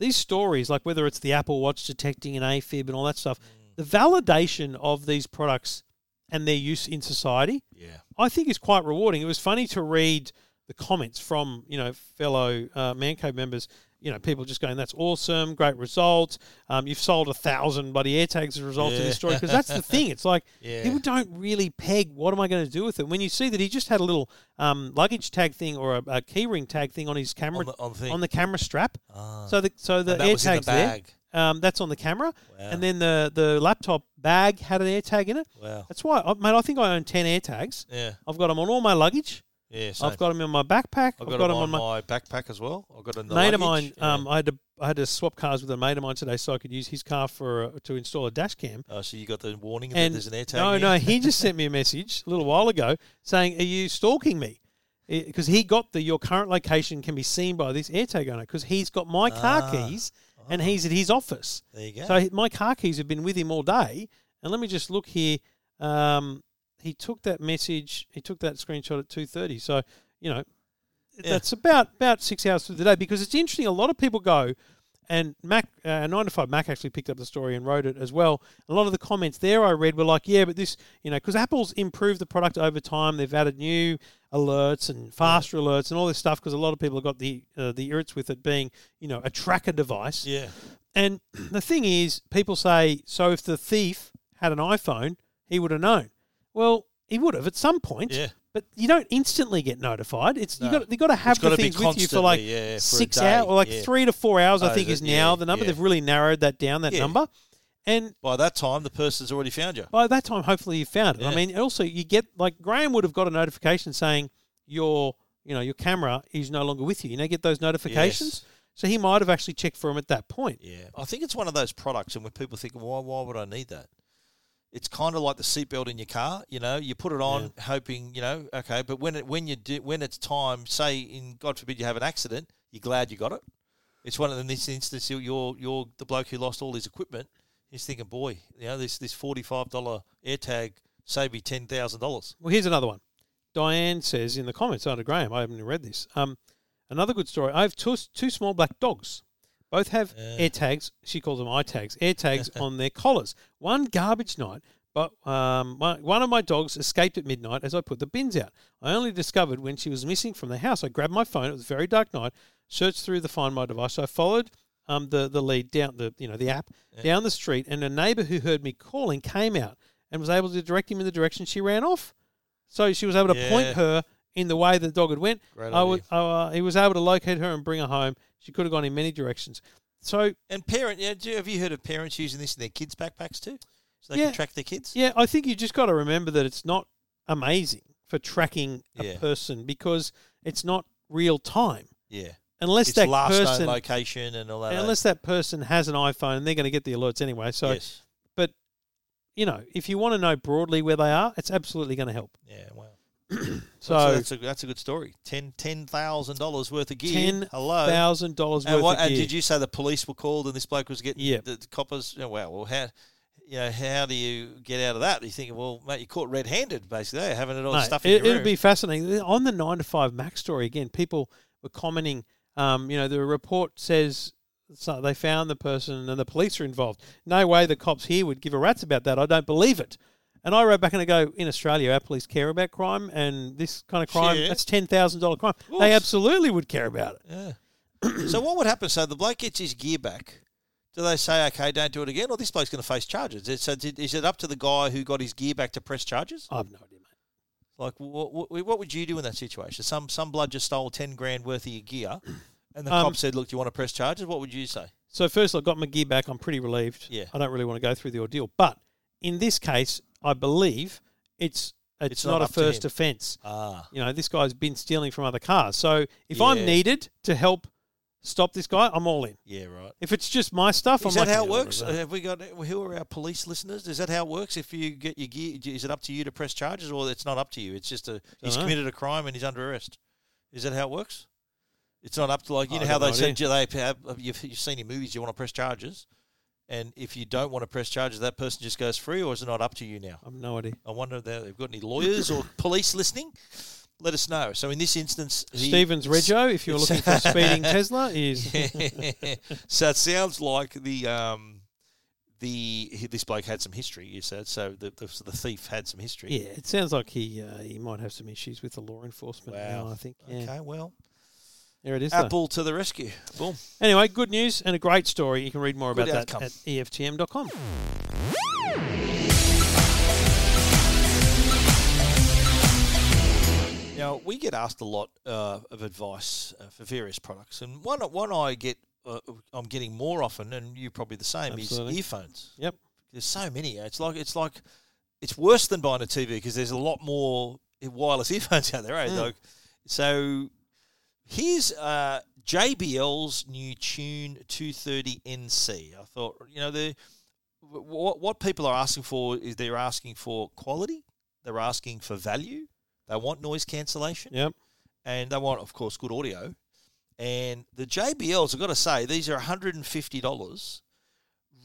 S1: these stories, like whether it's the Apple Watch detecting an AFib and all that stuff,
S2: Mm.
S1: the validation of these products and their use in society,
S2: Yeah.
S1: I think is quite rewarding. It was funny to read the comments from you know fellow uh, Man Cave members. You know, people just going, "That's awesome, great result. Um, you've sold a thousand bloody air tags as a result of
S2: Yeah.
S1: this story." Because that's the thing. It's like
S2: Yeah.
S1: people don't really peg what am I going to do with it. When you see that he just had a little um, luggage tag thing or a, a keyring tag thing on his camera
S2: On the- on the thing.
S1: camera strap,
S2: Ah.
S1: so the so the
S2: And that
S1: air
S2: was in the
S1: tags there.
S2: bag.
S1: Um, that's on the camera,
S2: Wow.
S1: and then the the laptop bag had an air tag in it.
S2: Wow.
S1: That's why, I- mate. I think I own ten air tags.
S2: Yeah.
S1: I've got them on all my luggage.
S2: Yeah.
S1: I've got them in my backpack. I've got, them on, my,
S2: backpack as well. I've got it in the
S1: mate of mine.
S2: luggage. Yeah.
S1: Um, I had to I had to swap cars with a mate of mine today so I could use his car for uh, to install a dash cam.
S2: oh, so you got the warning that
S1: And
S2: there's an air tag.
S1: no,
S2: here?
S1: no, he just sent me a message a little while ago saying, "Are you stalking me?" Because he got the your current location can be seen by this AirTag owner because he's got my car
S2: Ah.
S1: keys and he's at his office.
S2: There you go.
S1: So he- my car keys have been with him all day. And let me just look here. Um, he took that message. He took that screenshot at two thirty. So you know, that's about about six hours through the day because it's interesting. A lot of people go. And Mac, uh, nine to five Mac actually picked up the story and wrote it as well. A lot of the comments there I read were like, "Yeah, but this, you know, because Apple's improved the product over time. They've added new alerts and faster alerts and all this stuff. Because a lot of people have got the uh, the irrits with it being, you know, a tracker device.
S2: yeah.
S1: And the thing is, people say, so if the thief had an iPhone, he would have known. Well, he would have at some point.
S2: Yeah.
S1: But you don't instantly get notified. It's you
S2: No.
S1: got you got to have the
S2: gotta be
S1: things with you for like
S2: constantly, yeah, for a
S1: six
S2: day,
S1: hours, or like
S2: yeah.
S1: three to four hours. I
S2: Oh,
S1: think
S2: that-
S1: is now
S2: yeah,
S1: the number.
S2: yeah.
S1: They've really narrowed that down. That
S2: Yeah.
S1: number, and
S2: By that time, the person's already found you.
S1: by that time, hopefully you found it. I
S2: Yeah.
S1: mean, also you get like Graham would have got a notification saying your you know your camera is no longer with you. You know, get those notifications. So he might have actually checked for him at that point.
S2: Yeah, I think it's one of those products, and when people think, why, why would I need that? It's kind of like the seatbelt in your car. You know, you put it on hoping, you know, okay. But when it when you do when it's time, say in God forbid you have an accident, you're glad you got it. It's one of the in this instance you're- you're you're the bloke who lost all his equipment. He's thinking, boy, you know this this forty five dollar AirTag saved me ten thousand dollars.
S1: Well, here's another one. Diane says in the comments under Graham, I haven't even read this. Um, another good story. I have two, two small black dogs. Both have air tags. She calls them eye tags. Air tags on their collars. One garbage night, but um, one, one of my dogs escaped at midnight as I put the bins out. I only discovered when she was missing from the house. I grabbed my phone. It was a very dark night. Searched through the Find My device. I followed um, the the lead down the you know the app down the street, and a neighbour who heard me calling came out and was able to direct him in the direction she ran off. So she was able to point
S2: Yeah.
S1: her in the way the dog had went.
S2: Great
S1: I would, uh, he was able to locate her and bring her home. She could have gone in many directions. So
S2: And parent, yeah, do, have you heard of parents using this in their kids' backpacks too, so they
S1: Yeah.
S2: can track their kids?
S1: yeah, I think you just got to remember that it's not amazing for tracking a
S2: Yeah.
S1: person because it's not real time
S2: Yeah,
S1: unless
S2: it's
S1: that
S2: last
S1: person
S2: known location and all that. eh?
S1: unless that person has an iPhone, they're going to get the alerts anyway. So
S2: yes.
S1: you know, if you want to know broadly where they are, it's absolutely going to help.
S2: Yeah, wow. So,
S1: So
S2: that's a that's a good story. Ten ten thousand dollars worth of gear.
S1: ten
S2: Hello.
S1: thousand dollars worth
S2: and what?
S1: of
S2: And
S1: gear.
S2: did you say the police were called and this bloke was getting
S1: Yeah.
S2: the, the coppers? Oh, wow. Well, how you know how do you get out of that? You think, well, mate, you're caught red-handed basically, eh? having it all
S1: No,
S2: stuff in
S1: it,
S2: your
S1: it'll
S2: room.
S1: be fascinating. On the nine to five Mac story again, people were commenting. Um, you know, the report says so they found the person and the police are involved. No way the cops here would give a rat's about that. I don't believe it. And I wrote back and I go, in Australia, our police care about crime and this kind of crime.
S2: Yeah.
S1: That's ten thousand dollar crime.
S2: course.
S1: They absolutely would care about it.
S2: so what would happen? So the bloke gets his gear back. Do they say, okay, don't do it again, or this bloke's going to face charges? It's- So did, is it up to the guy who got his gear back to press charges?
S1: I've no idea, mate.
S2: Like, what, what, what would you do in that situation? Some some blood just stole ten grand worth of your gear, and the
S1: Um,
S2: cop said, "Look, do you want to press charges?" What would you say?
S1: So first, I got my gear back. I'm pretty relieved.
S2: Yeah.
S1: I don't really want to go through the ordeal. But in this case, I believe it's it's,
S2: It's
S1: not,
S2: not
S1: a
S2: up to
S1: first
S2: him.
S1: offence.
S2: Ah,
S1: You know, this guy's been stealing from other cars. So if I'm
S2: Yeah.
S1: needed to help stop this guy, I'm all in.
S2: yeah, right.
S1: If it's just my stuff,
S2: Is
S1: I'm
S2: that
S1: like,
S2: how it
S1: "Yeah,
S2: works?
S1: whatever."
S2: Have we got who are our police listeners? Is that how it works? If you get your gear, is it up to you to press charges, or it's not up to you? It's just a he's
S1: Dunno.
S2: committed a crime and he's under arrest. Is that how it works? It's not up to like you
S1: I
S2: know
S1: got
S2: how
S1: no
S2: they said they have, you've, you've seen in movies you want to press charges, and if you don't want to press charges, that person just goes free, or is it not up to you now?
S1: I've no idea.
S2: I wonder if they- they've got any lawyers or police listening. Let us know. So in this instance, he-
S1: Stevens Rego, if you're
S2: it's-
S1: looking for a speeding Tesla, is
S2: so it sounds like the um, the he- this bloke had some history. You said so the the, the thief had some history.
S1: yeah. It sounds like he uh, he might have some issues with the law enforcement
S2: Wow.
S1: now. I think. Yeah.
S2: Okay. Well,
S1: There it is. though.
S2: Apple to the rescue. Boom.
S1: Anyway, good news and a great story. You can read more
S2: Good
S1: about
S2: outcome.
S1: that at E EFTM.com.
S2: Now we get asked a lot uh, of advice uh, for various products, and one one I get uh, I'm getting more often, and you probably the same
S1: Absolutely.
S2: is earphones.
S1: Yep.
S2: There's so many. It's like it's like it's worse than buying a TV because there's a lot more wireless earphones out there.
S1: Hmm.
S2: Eh? Like, so here's uh, JBL's new Tune 230NC. I thought you know the what what people are asking for is they're asking for quality, they're asking for value, they want noise cancellation,
S1: Yep.
S2: and they want of course good audio. And the JBLs, I've got to say, these are $150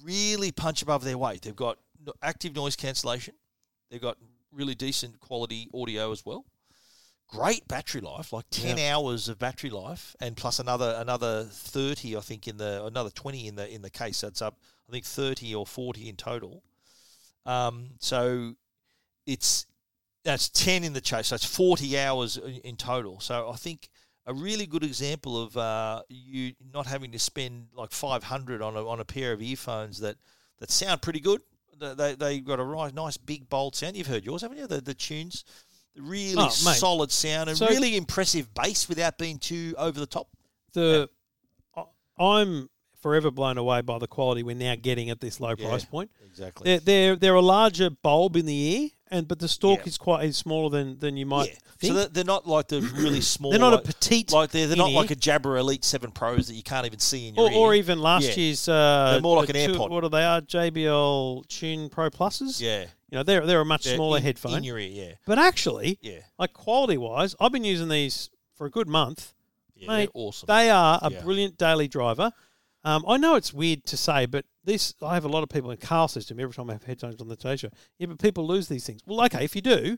S2: really punch above their weight. They've got no- active noise cancellation. They've got really decent quality audio as well. Great battery life, like ten hours of battery life, and plus another another thirty, I think, in the another twenty in the in the case. That's up, I think, thirty or forty in total. Um, so it's that's ten in the chase. So it's forty hours in, in total. So I think a really good example of uh, you not having to spend like 500 on a, on a pair of earphones that, that sound pretty good. They, they, they got a ri- nice big bold sound. You've heard yours, haven't you? The, the tunes. Really
S1: Oh, mate.
S2: solid sound and
S1: So-
S2: really impressive bass without being too over the top.
S1: the I- I'm forever blown away by the quality we're now getting at this low price point.
S2: Exactly.
S1: They're, they're they're a larger bulb in the ear, and but the stalk
S2: Yeah.
S1: is quite is smaller than than you might
S2: Yeah.
S1: think.
S2: So they're, they're not like the really small.
S1: They're not a
S2: like-
S1: petite
S2: Like they're, they're not
S1: in-ear.
S2: like a Jabra Elite Seven Pros that you can't even see in your
S1: or, or
S2: ear.
S1: even last
S2: Yeah.
S1: year's uh,
S2: They're more like
S1: the
S2: an
S1: two-
S2: AirPod.
S1: What are they? Are JBL Tune Pro Pluses?
S2: yeah,
S1: you know they're they're a much
S2: They're
S1: smaller
S2: in-
S1: headphone.
S2: in your ear.
S1: but actually,
S2: Yeah, yeah,
S1: like quality wise, I've been using these for a good month.
S2: yeah
S1: Mate,
S2: they're awesome.
S1: They are a
S2: Yeah.
S1: brilliant daily driver. Um, I know it's weird to say, but this I have a lot of people in Carl says to me every time I have headphones on the today show. Yeah, but people lose these things. Well, okay, if you do,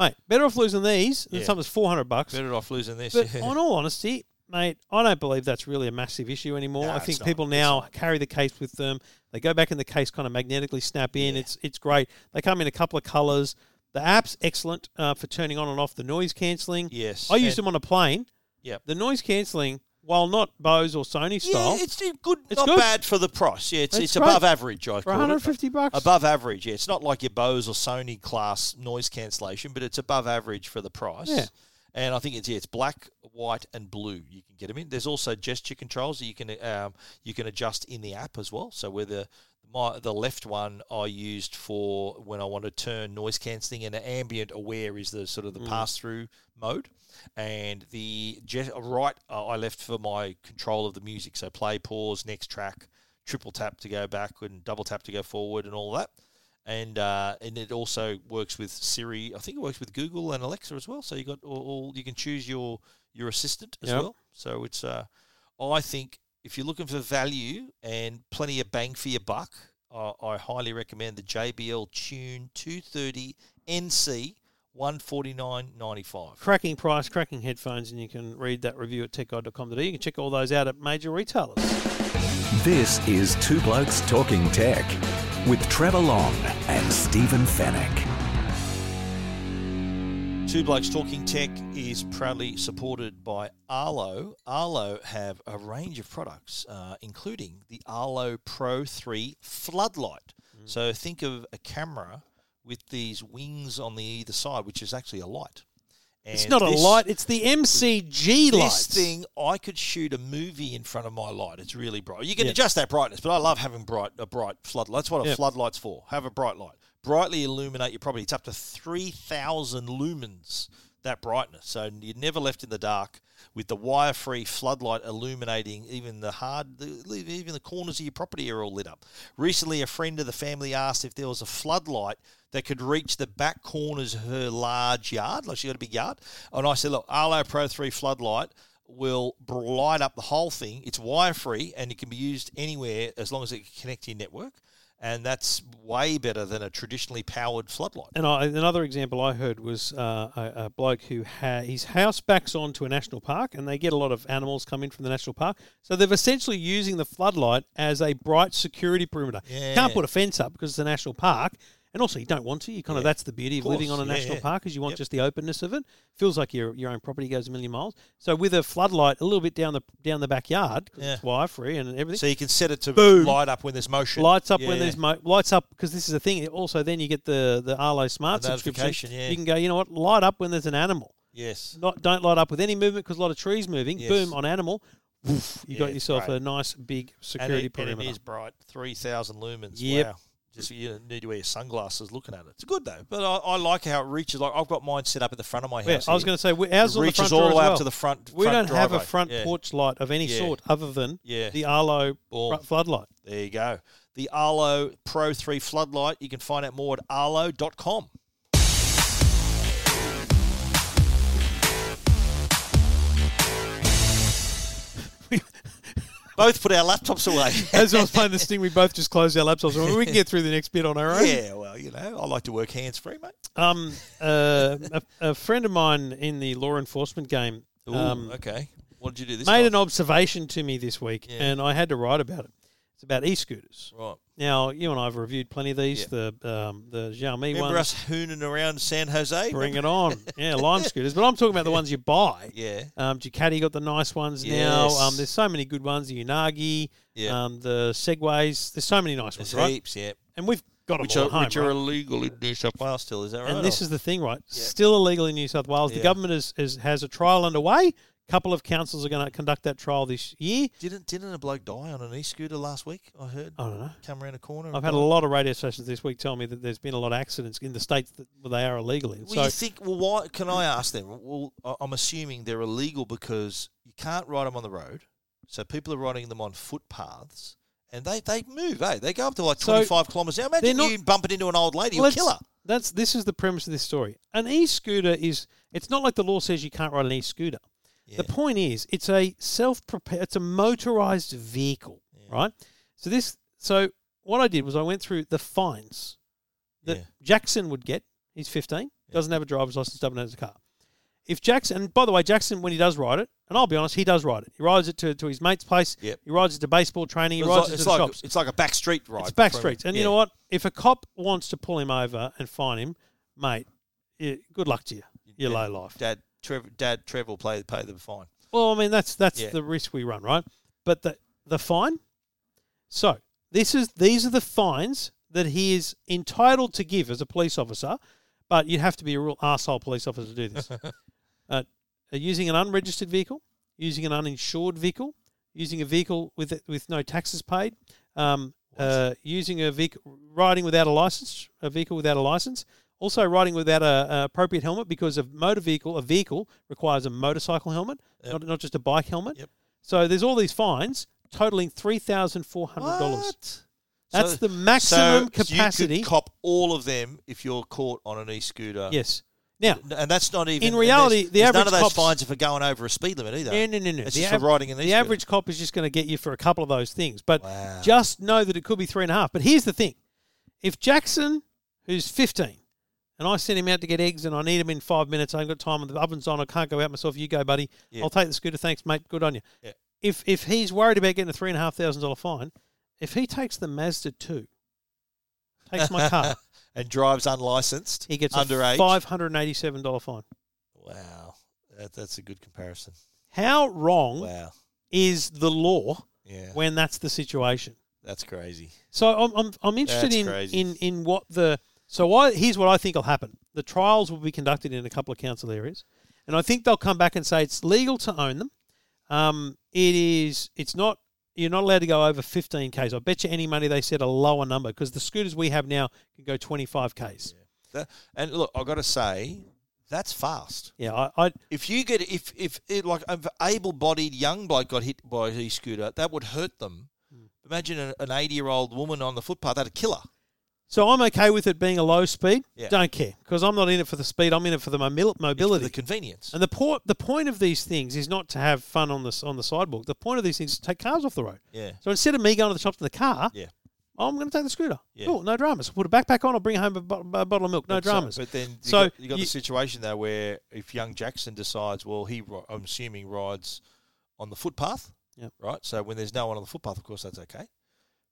S1: mate, better off losing these than
S2: Yeah.
S1: something that's four hundred bucks.
S2: Better off losing this.
S1: But
S2: yeah.
S1: on all honesty, mate, I don't believe that's really a massive issue anymore.
S2: No,
S1: I
S2: it's
S1: think
S2: not.
S1: people
S2: It's
S1: now carry the case with them. They go back in the case, kind of magnetically snap in. It's it's great. They come in a couple of colors. The app's excellent uh, for turning on and off the noise cancelling.
S2: yes,
S1: I used
S2: And-
S1: them on a plane.
S2: Yep.
S1: The noise cancelling, while not Bose or Sony style,
S2: Yeah, it's it's good.
S1: It's
S2: not
S1: good.
S2: bad for the price. Yeah, it's,
S1: It's
S2: it's,
S1: great.
S2: above average. I
S1: for
S2: call it.
S1: 150 bucks.
S2: Above average, yeah. It's not like your Bose or Sony class noise cancellation, but it's above average for the price.
S1: Yeah.
S2: And I think it's yeah, it's black, white, and blue. You can get them in. There's also gesture controls that you can um, you can adjust in the app as well. So where the my, the left one I used for when I want to turn noise cancelling and ambient aware is the sort of the pass through mode, and the ge- right uh, I left for my control of the music. So play, pause, next track, triple tap to go back and double tap to go forward and all that. And uh, and it also works with Siri. I think it works with Google and Alexa as well. So you got all, all you can choose your your assistant as
S1: Yep.
S2: well. So it's uh, I think if you're looking for value and plenty of bang for your buck, I, I highly recommend the JBL Tune 230 NC 149.95.
S1: cracking price, cracking headphones, and you can read that review at techguide.com.au. E You can check all those out at major retailers.
S5: This is Two Blokes Talking Tech with Trevor Long and Stephen Fennec.
S2: Two Blokes Talking Tech is proudly supported by Arlo. Arlo have a range of products, uh, including the Arlo Pro 3 floodlight.
S1: Mm.
S2: So think of a camera with these wings on the either side, which is actually a light.
S1: It's
S2: And
S1: not
S2: this-
S1: a light. It's the MCG light.
S2: This thing, I could shoot a movie in front of my light. It's really bright. You can
S1: Yeah.
S2: adjust that brightness, but I love having bright a bright floodlight. That's what a
S1: Yeah.
S2: floodlight's for. Have a bright light. Brightly illuminate your property. It's up to three thousand lumens that brightness. So you're never left in the dark with the wire-free floodlight illuminating even the hard, the, even the corners of your property are all lit up. Recently, a friend of the family asked if there was a floodlight that could reach the back corners of her large yard, like she got a big yard. And I said, look, Arlo Pro 3 floodlight will br- light up the whole thing. It's wire-free and it can be used anywhere as long as it can connect to your network. And that's way better than a traditionally powered floodlight.
S1: And I, another example I heard was uh, a, a bloke who ha- his house backs onto a national park, and they get a lot of animals come in from the national park. So they're essentially using the floodlight as a bright security perimeter. You Can't put a fence up because it's a national park, and also you don't want to. You kind of that's the beauty of,
S2: course.
S1: living on a
S2: Yeah,
S1: national
S2: yeah.
S1: park is you want just the openness of it. Feels like your your own property goes a million miles. So with a floodlight a little bit down the down the backyard, 'cause it's wire free and everything
S2: So you can set it to
S1: Boom.
S2: light up when there's motion.
S1: lights up when
S2: Yeah.
S1: there's mo- lights up because this is a thing. Also, then you get the the Arlo Smart
S2: A
S1: subscription.
S2: notification, yeah.
S1: You can go, you know what? Light up when there's an animal.
S2: Yes.
S1: Not don't light up with any movement because a lot of trees moving.
S2: Yes.
S1: Boom on animal. Woof, you
S2: Yeah,
S1: got yourself
S2: great.
S1: a nice big
S2: And
S1: security
S2: it, and it
S1: perimeter.
S2: is bright, 3,000 lumens.
S1: Yep.
S2: Wow. Just you need to wear your sunglasses looking at it. It's good though, but I, I like how it reaches. Like I've got mine set up at the front of my house.
S1: Yeah, I was
S2: here.
S1: going to say we-
S2: It
S1: ours on the
S2: reaches
S1: front
S2: all
S1: door
S2: the
S1: as
S2: way up
S1: well.
S2: to the front.
S1: we
S2: front
S1: don't have a
S2: driveway.
S1: front
S2: Yeah.
S1: porch light of any
S2: Yeah.
S1: sort other than
S2: Yeah.
S1: the Arlo
S2: Or-
S1: front floodlight.
S2: There you go. The Arlo Pro 3 floodlight. You can find out more at arlo.com. Both put our laptops away.
S1: As I was playing this thing, we both just closed our laptops. and went, We can get through the next bit on our own.
S2: yeah, well, you know, I like to work hands free, mate.
S1: Um, uh, a, a friend of mine in the law enforcement game
S2: Ooh,
S1: um,
S2: okay. What did you do this
S1: made
S2: time?
S1: an observation to me this week,
S2: Yeah.
S1: and I had to write about it. It's about e-scooters.
S2: Right.
S1: Now, you and I have reviewed plenty of these. The um, the Xiaomi
S2: Remember
S1: ones,
S2: us hooning around San Jose?
S1: bring it on. yeah, lime scooters. But I'm talking about the ones you buy.
S2: Yeah.
S1: Um, Ducati got the nice ones now. Um,
S2: Yes.
S1: there's so many good ones. The Unagi,
S2: Yeah.
S1: um, the Segways. There's so many nice
S2: There's
S1: ones, right?
S2: heaps, yeah.
S1: And we've got them
S2: Which
S1: all
S2: are,
S1: at home,
S2: which are
S1: right?
S2: illegal in New South Wales still, is that right?
S1: And this is the thing, right?
S2: Yeah.
S1: Still illegal in New South Wales. The
S2: Yeah.
S1: government is, is has a trial underway. A couple of councils are going to conduct that trial this year.
S2: Didn't, didn't a bloke die on an e-scooter last week, I heard?
S1: I don't know.
S2: Come around a corner. and
S1: I've had a
S2: died.
S1: lot of radio stations this week tell me that there's been a lot of accidents in the states that well, they are illegal in.
S2: Well,
S1: so
S2: you think, well, why? Can I ask them? Well, I- I'm assuming they're illegal because you can't ride them on the road. So people are riding them on footpaths and they, they move, eh? They go up to like
S1: So
S2: 25 kilometres an hour. Imagine
S1: not-
S2: you bumping into an old lady, you'll
S1: let's-
S2: kill her.
S1: That's this is the premise of this story. An e-scooter is it's not like the law says you can't ride an e-scooter. The point is it's a self-prepared it's a motorized vehicle, right? So this so what I did was I went through the fines that
S2: Yeah.
S1: Jackson would get. He's 15, doesn't have a driver's license, doesn't own a car. If Jackson, and by the way, Jackson, when he does ride it, and I'll be honest, he does ride it. He rides it to, to his mate's place.
S2: Yep.
S1: He rides it to baseball training. He
S2: It's
S1: rides it
S2: like,
S1: to
S2: it's
S1: the
S2: like-
S1: shops.
S2: it's like a back street ride.
S1: It's back
S2: from-
S1: streets. And
S2: yeah.
S1: you know what? If a cop wants to pull him over and fine him, mate, eh, good luck to you. You're
S2: Yeah.
S1: low life.
S2: Dad, Trevor, Dad, Trevor will play, pay the fine.
S1: Well, I mean, that's that's
S2: Yeah.
S1: the risk we run, right? But the the fine. So this is these are the fines that he is entitled to give as a police officer, but you'd have to be a real asshole police officer to do this. uh, using an unregistered vehicle, using an uninsured vehicle, using a vehicle with with no taxes paid, um, uh, using a vehicle riding without a license, a vehicle without a license. Also, riding without a, a appropriate helmet because a motor vehicle, a vehicle requires a motorcycle helmet, not, not just a bike helmet.
S2: Yep.
S1: So there's all these fines totaling three thousand four hundred dollars.
S2: What?
S1: That's
S2: So-
S1: the maximum
S2: so
S1: capacity.
S2: You could cop all of them if you're caught on an e-scooter.
S1: yes. Now,
S2: and that's not even
S1: In
S2: and
S1: reality,
S2: there's-
S1: the
S2: there's none
S1: average
S2: of those
S1: cops-
S2: fines are for going over a speed limit either.
S1: no, no, no, no.
S2: It's
S1: The
S2: just for
S1: av-
S2: riding in
S1: the
S2: these.
S1: average cop is just going to get you for a couple of those things. But
S2: Wow.
S1: just know that it could be three and a half. But here's the thing: if Jackson, who's fifteen, and I send him out to get eggs, and I need him in five minutes, I ain't got time, the oven's on, I can't go out myself. You go, buddy.
S2: Yeah.
S1: I'll take the scooter. Thanks, mate. Good on you.
S2: Yeah.
S1: If if he's worried about getting a three and a half thousand dollar fine, if he takes the Mazda two, takes my car,
S2: and drives unlicensed.
S1: he gets
S2: underage.
S1: a five hundred and eighty-seven dollar fine.
S2: Wow, that, that's a good comparison.
S1: How wrong
S2: Wow,
S1: is the law
S2: yeah,
S1: Hmm? when that's the situation?
S2: that's crazy.
S1: So I'm I'm, I'm interested
S2: That's
S1: in,
S2: crazy.
S1: in in what the so I, here's what I think will happen. The trials will be conducted in a couple of council areas, and I think they'll come back and say it's legal to own them. Um, it is it's not you're not allowed to go over 15 k's. I bet you any money they said a lower number because the scooters we have now can go 25 k's.
S2: That, and look, I've got to say, that's fast.
S1: Yeah, I, I
S2: If you get if if it, like an able-bodied young bloke got hit by an e-scooter, that would hurt them.
S1: Hmm.
S2: Imagine an- an eighty-year-old woman on the footpath. That'd kill her.
S1: so I'm okay with it being a low speed.
S2: Yeah.
S1: Don't care because I'm not in it for the speed. I'm in it for the mobil- mobility.
S2: The convenience.
S1: And the port, the point of these things is not to have fun on the s- on the sidewalk. The point of these things is to take cars off the road.
S2: Yeah.
S1: So instead of me going to the shops in the car,
S2: Yeah.
S1: I'm going to take the scooter.
S2: Yeah.
S1: Cool, no dramas. Put a backpack on. I'll bring home a, bo- a bottle of milk. No
S2: But so-
S1: dramas.
S2: but then you
S1: So
S2: got, you got
S1: you-
S2: the situation though where if young Jackson decides, well, he ri- I'm assuming rides on the footpath,
S1: Yep.
S2: right? So when there's no one on the footpath, of course that's okay.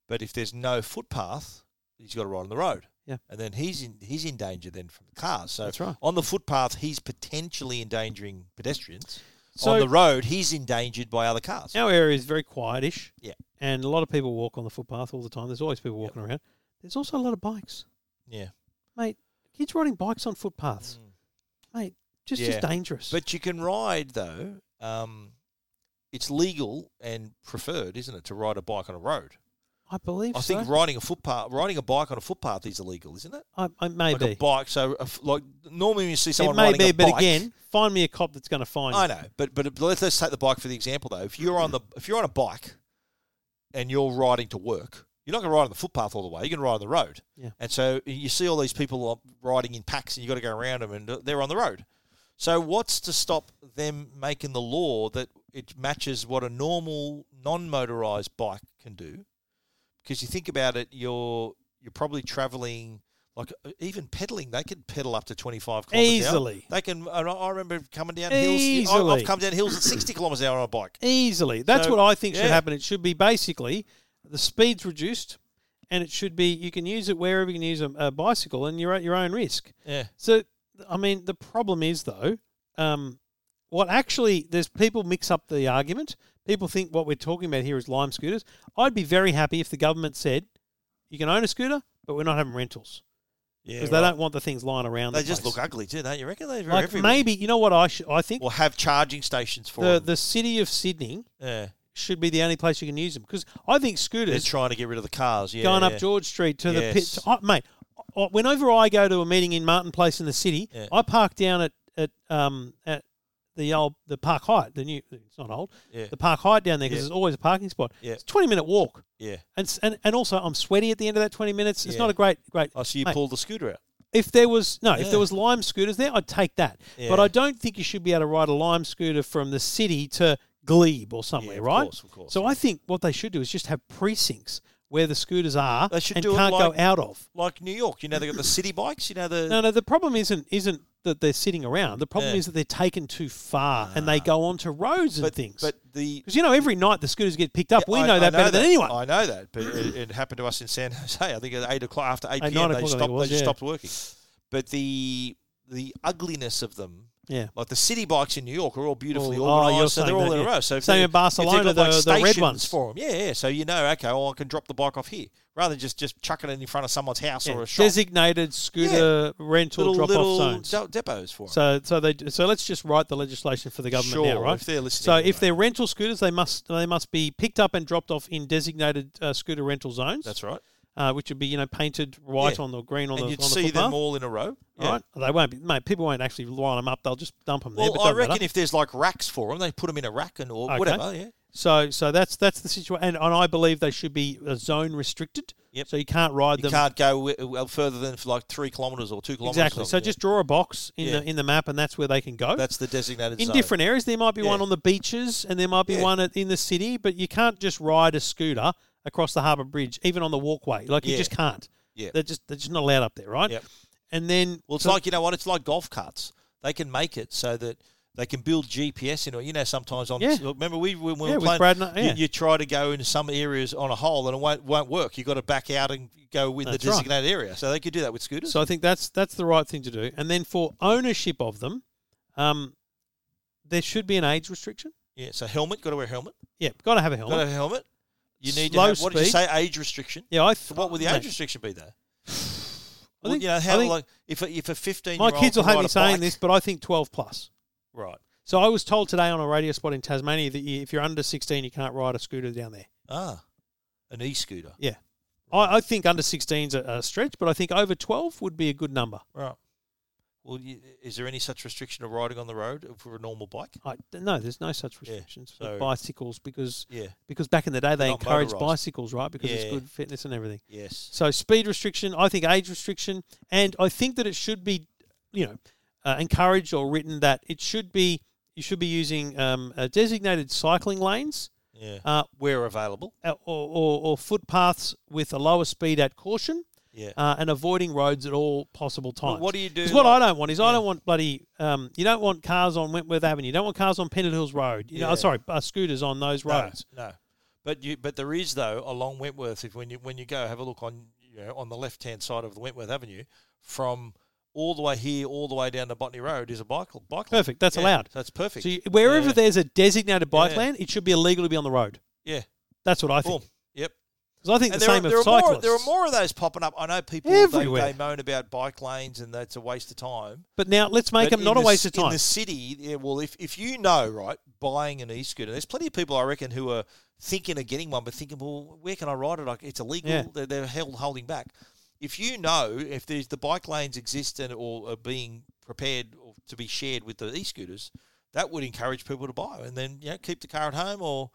S2: But if there's no footpath, he's got to ride on the road.
S1: Yeah.
S2: and then he's in he's in danger then from the cars. So
S1: That's right.
S2: on the footpath, he's potentially endangering pedestrians.
S1: So-
S2: on the road, he's endangered by other cars.
S1: Our area is very quietish.
S2: Yeah.
S1: And a lot of people walk on the footpath all the time. There's always people walking around. There's also a lot of bikes,
S2: Yeah,
S1: mate. Kids riding bikes on footpaths, mate. Just just
S2: Mm. Yeah.
S1: dangerous.
S2: but you can ride though. Um, it's legal and preferred, isn't it, to ride a bike on a road?
S1: I believe
S2: I
S1: so.
S2: think riding a footpath, riding a bike on a footpath is illegal, isn't it?
S1: I, I may
S2: Like a
S1: be.
S2: bike, so a f like normally when you see
S1: It
S2: someone
S1: may
S2: riding
S1: be,
S2: a
S1: but
S2: bike,
S1: again, find me a cop that's going to find.
S2: I
S1: you.
S2: know, but but let's, let's take the bike for the example though. If you're on the if you're on a bike and you're riding to work, you're not going to ride on the footpath all the way. You're going to ride on the road,
S1: Yeah.
S2: and so you see all these people are riding in packs, and you got to go around them, and uh, they're on the road. So what's to stop them making the law that it matches what a normal non-motorized bike can do? Because you think about it, you're you're probably traveling like uh, even pedaling. They could pedal up to twenty five kilometers an hour.
S1: Easily.
S2: They can. and I I remember coming down hills. I-
S1: Easily.
S2: I've come down hills at sixty kilometers an hour on a bike.
S1: Easily. That's
S2: So,
S1: what I think
S2: yeah.
S1: should happen. It should be basically The speed's reduced, and it should be you can use it wherever you can use a, a bicycle, and you're at your own risk.
S2: Yeah.
S1: So, I mean, the problem is though, um, what actually there's people mix up the argument. People think what we're talking about here is lime scooters. I'd be very happy if the government said you can own a scooter, but we're not having rentals
S2: Yeah,
S1: because
S2: right.
S1: they don't want the things lying around.
S2: They
S1: the
S2: just
S1: place.
S2: look ugly too, don't you? Reckon they're
S1: like
S2: everywhere.
S1: maybe you know what I should. I think
S2: Or have charging stations for
S1: the
S2: them.
S1: the city of Sydney
S2: yeah.
S1: should be the only place you can use them because I think
S2: They're
S1: scooters
S2: trying to get rid of the cars. Yeah,
S1: going
S2: yeah.
S1: up George Street to the pit.
S2: Yes.
S1: I, mate, I, whenever I go to a meeting in Martin Place in the city,
S2: Yeah.
S1: I park down at at um at the old the Park Height, the new it's not old,
S2: Yeah.
S1: the Park Height down there because
S2: Yeah.
S1: there's always a parking spot.
S2: Yeah.
S1: It's a twenty minute walk,
S2: Yeah.
S1: and s- and and also I'm sweaty at the end of that twenty minutes. It's
S2: Yeah.
S1: not a great great.
S2: Oh, so you
S1: Mate,
S2: pulled the scooter out.
S1: if there was no, if
S2: Yeah.
S1: there was lime scooters there, I'd take that.
S2: Yeah.
S1: But I don't think you should be able to ride a lime scooter from the city to Glebe or somewhere,
S2: Yeah, of
S1: right?
S2: course, of course,
S1: So I think what they should do is just have precincts where the scooters are
S2: They should
S1: and
S2: do it
S1: can't
S2: like-
S1: go out of.
S2: Like New York, you know they got the city bikes. You know the
S1: No, no. The problem isn't isn't that they're sitting around. The problem
S2: Yeah. Ah.
S1: is that they're taken too far and they go onto roads and
S2: but,
S1: things.
S2: But the
S1: because you know, every night the scooters get picked up. we
S2: I-
S1: know
S2: I
S1: that better than anyone.
S2: I know that, but it, it happened to us in San Jose. I think at eight o'clock after eight
S1: At
S2: p.m.
S1: nine o'clock, I think it
S2: they stopped. They
S1: was,
S2: just
S1: yeah.
S2: stopped working. But the the ugliness of them,
S1: yeah.
S2: like the city bikes in New York, are all beautifully
S1: Oh, oh, you're
S2: organised, so they're
S1: saying
S2: all
S1: that,
S2: in a
S1: yeah.
S2: row. So if
S1: Same
S2: they-
S1: in
S2: if they've
S1: Barcelona,
S2: got, like,
S1: the- the red
S2: stations
S1: ones.
S2: for them. Yeah, yeah. So you know, okay, well, I can drop the bike off here rather than just just chucking it in front of someone's house or
S1: Yeah.
S2: a shop.
S1: Designated scooter rental
S2: little
S1: drop
S2: little
S1: off zones.
S2: de- depots for 'em.
S1: So, so they so let's just write the legislation for the government
S2: Sure,
S1: now, right?
S2: if they're listening,
S1: so
S2: anyway.
S1: if they're rental scooters, they must they must be picked up and dropped off in designated uh, scooter rental zones.
S2: That's right.
S1: uh, which would be you know painted white
S2: Yeah.
S1: on the green on
S2: And
S1: the
S2: you'd
S1: on the
S2: see
S1: footpath,
S2: them all in a row. Yeah.
S1: Right? They won't be mate. People won't actually line them up. They'll just dump them there.
S2: Well,
S1: But
S2: I
S1: doesn't matter.
S2: reckon if there's like racks for them, they put them in a rack and or
S1: Okay.
S2: whatever. Yeah.
S1: so so that's that's the situation, and, and I believe they should be uh, zone restricted.
S2: Yep.
S1: So you can't ride
S2: You
S1: them.
S2: can't go w- well further than like three kilometres or two kilometres. or
S1: Exactly. So
S2: something, yeah.
S1: just draw a box in
S2: Yeah.
S1: the in the map, and that's where they can go.
S2: that's the designated
S1: in
S2: zone.
S1: different areas. There might be one
S2: Yeah.
S1: on the beaches, and there might be
S2: Yeah.
S1: one at, in the city. But you can't just ride a scooter across the harbour bridge, even on the walkway. Like you
S2: Yeah.
S1: just can't.
S2: Yeah.
S1: they're just they're just not allowed up there, right?
S2: Yep.
S1: And then
S2: Well, it's
S1: so-
S2: like you know what? It's like golf carts. They can make it so that they can build GPS into it. You know, sometimes on
S1: Yeah.
S2: remember we when we
S1: Yeah,
S2: were
S1: with
S2: playing,
S1: Brad and I-
S2: you-
S1: yeah.
S2: you, try to go into some areas on a hole and it won't won't work. You got to back out and go in
S1: That's
S2: the
S1: right.
S2: designated area. So they could do that with scooters.
S1: so I think that's that's the right thing to do. And then for ownership of them, um, there should be an age restriction.
S2: yeah. So helmet, got to wear helmet.
S1: Yeah, got to have a helmet.
S2: Got to have a helmet. You need
S1: Slow
S2: to have, what did you
S1: speed.
S2: say? Age restriction.
S1: yeah, I.
S2: So what would the
S1: mate,
S2: age restriction be though?
S1: I
S2: Well,
S1: think-
S2: you know,
S1: I
S2: how
S1: think-
S2: like if a, if a fifteen
S1: My kids will hate me saying this, but I think twelve plus.
S2: right?
S1: So I was told today on a radio spot in Tasmania that you, if you're under sixteen, you can't ride a scooter down there.
S2: Ah, an e-scooter.
S1: Yeah. I, I think under 16's a, a stretch, but I think over 12 would be a good number.
S2: Right. Well, you, is there any such restriction of riding on the road for a normal bike?
S1: I, no, there's no such
S2: Yeah,
S1: restrictions
S2: so-
S1: for bicycles because
S2: Yeah.
S1: because back in the day they
S2: Not
S1: encouraged
S2: motorised.
S1: bicycles, right? Because
S2: Yeah.
S1: it's good fitness and everything.
S2: Yes.
S1: So speed restriction, I think age restriction, and I think that it should be, you know, uh, encouraged or written that it should be you should be using um, uh, designated cycling lanes
S2: Yeah.
S1: uh,
S2: Where available.
S1: uh, or, or, or footpaths with a lower speed at caution.
S2: Yeah.
S1: uh, and avoiding roads at all possible times.
S2: what do you do,
S1: 'Cause what
S2: like-
S1: I don't want is I don't want bloody. Um, you don't want cars on Wentworth Avenue. You don't want cars on Pennant Hills Road. You know,
S2: Yeah.
S1: oh, sorry, uh, scooters on those
S2: no,
S1: roads.
S2: no. But you but there is though along Wentworth if when you when you go have a look on you know on the left hand side of the Wentworth Avenue from all the way here all the way down to Botany Road is a bike bike lane.
S1: Perfect, that's
S2: Yeah,
S1: allowed.
S2: So that's perfect.
S1: So you, wherever
S2: Yeah.
S1: there's a designated bike
S2: Yeah.
S1: lane, it should be illegal to be on the road.
S2: yeah.
S1: That's what I
S2: Boom.
S1: think.
S2: Yep.
S1: Because I think
S2: And
S1: the
S2: there, are,
S1: same
S2: there,
S1: of
S2: are more,
S1: cyclists.
S2: there are more of those popping up. I know people they,
S1: Everywhere.
S2: they moan about bike lanes and that's a waste of time.
S1: But now let's make
S2: But
S1: them
S2: in
S1: not a
S2: the
S1: waste
S2: c-
S1: of time.
S2: In the city, yeah, well, if, if you know, right, buying an e-scooter, there's plenty of people I reckon who are thinking of getting one, but thinking, well, where can I ride it? Like, it's illegal.
S1: Yeah.
S2: They're, they're held holding back. If you know if there's the bike lanes exist and or are being prepared or to be shared with the e-scooters, that would encourage people to buy, and then you know keep the car at home or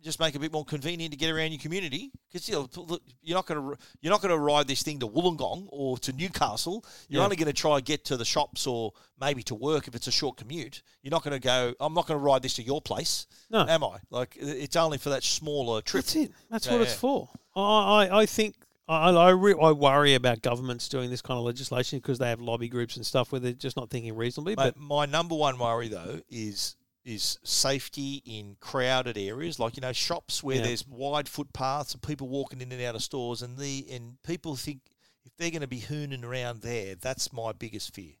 S2: just make it a bit more convenient to get around your community because you know, p- look, you're not going to you're not going to ride this thing to Wollongong or to Newcastle. You're
S1: Yeah.
S2: only going to try and get to the shops or maybe to work if it's a short commute. You're not going to go. I'm not going to ride this to your place.
S1: No.
S2: am I? Like i- it's only for that smaller trip.
S1: That's it. That's
S2: Yeah,
S1: what it's
S2: yeah.
S1: for. I, I, I think I, I, re, I worry about governments doing this kind of legislation because they have lobby groups and stuff where they're just not thinking reasonably.
S2: Mate,
S1: But
S2: my number one worry though is is safety in crowded areas, like you know shops where
S1: Yeah.
S2: there's wide footpaths and people walking in and out of stores, and the and people think if they're going to be hooning around there, that's my biggest fear,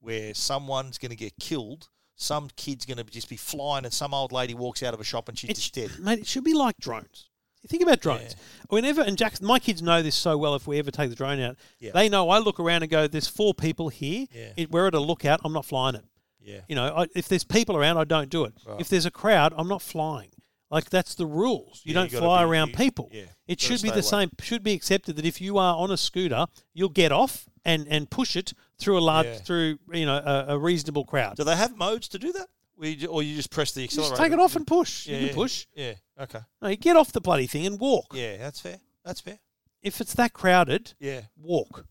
S2: where someone's going to get killed, some kid's going to just be flying, and some old lady walks out of a shop and she's
S1: It's-
S2: just dead.
S1: Mate, it should be like drones. You think about drones. Whenever and Jackson, my kids know this so well. If we ever take the drone out,
S2: Yeah.
S1: they know. I look around and go, "There's four people here.
S2: Yeah.
S1: It, we're at a lookout. I'm not flying it.
S2: Yeah,
S1: You know, I, if there's people around, I don't do it. If there's a crowd, I'm not flying. Like that's the rules. You
S2: Yeah,
S1: don't
S2: you gotta
S1: fly
S2: be-
S1: around
S2: you-
S1: people.
S2: yeah,
S1: it
S2: gotta
S1: should be
S2: stay
S1: the
S2: away.
S1: same. Should be accepted that if you are on a scooter, you'll get off and and push it through a large
S2: Yeah.
S1: through you know a, a reasonable crowd.
S2: do they have modes to do that? We ju- or you just press the
S1: Just
S2: accelerator?
S1: take it off and push.
S2: Yeah,
S1: you
S2: yeah.
S1: can push.
S2: Yeah. Okay.
S1: No, you get off the bloody thing and walk.
S2: Yeah, that's fair. That's fair.
S1: If it's that crowded,
S2: Yeah.
S1: walk.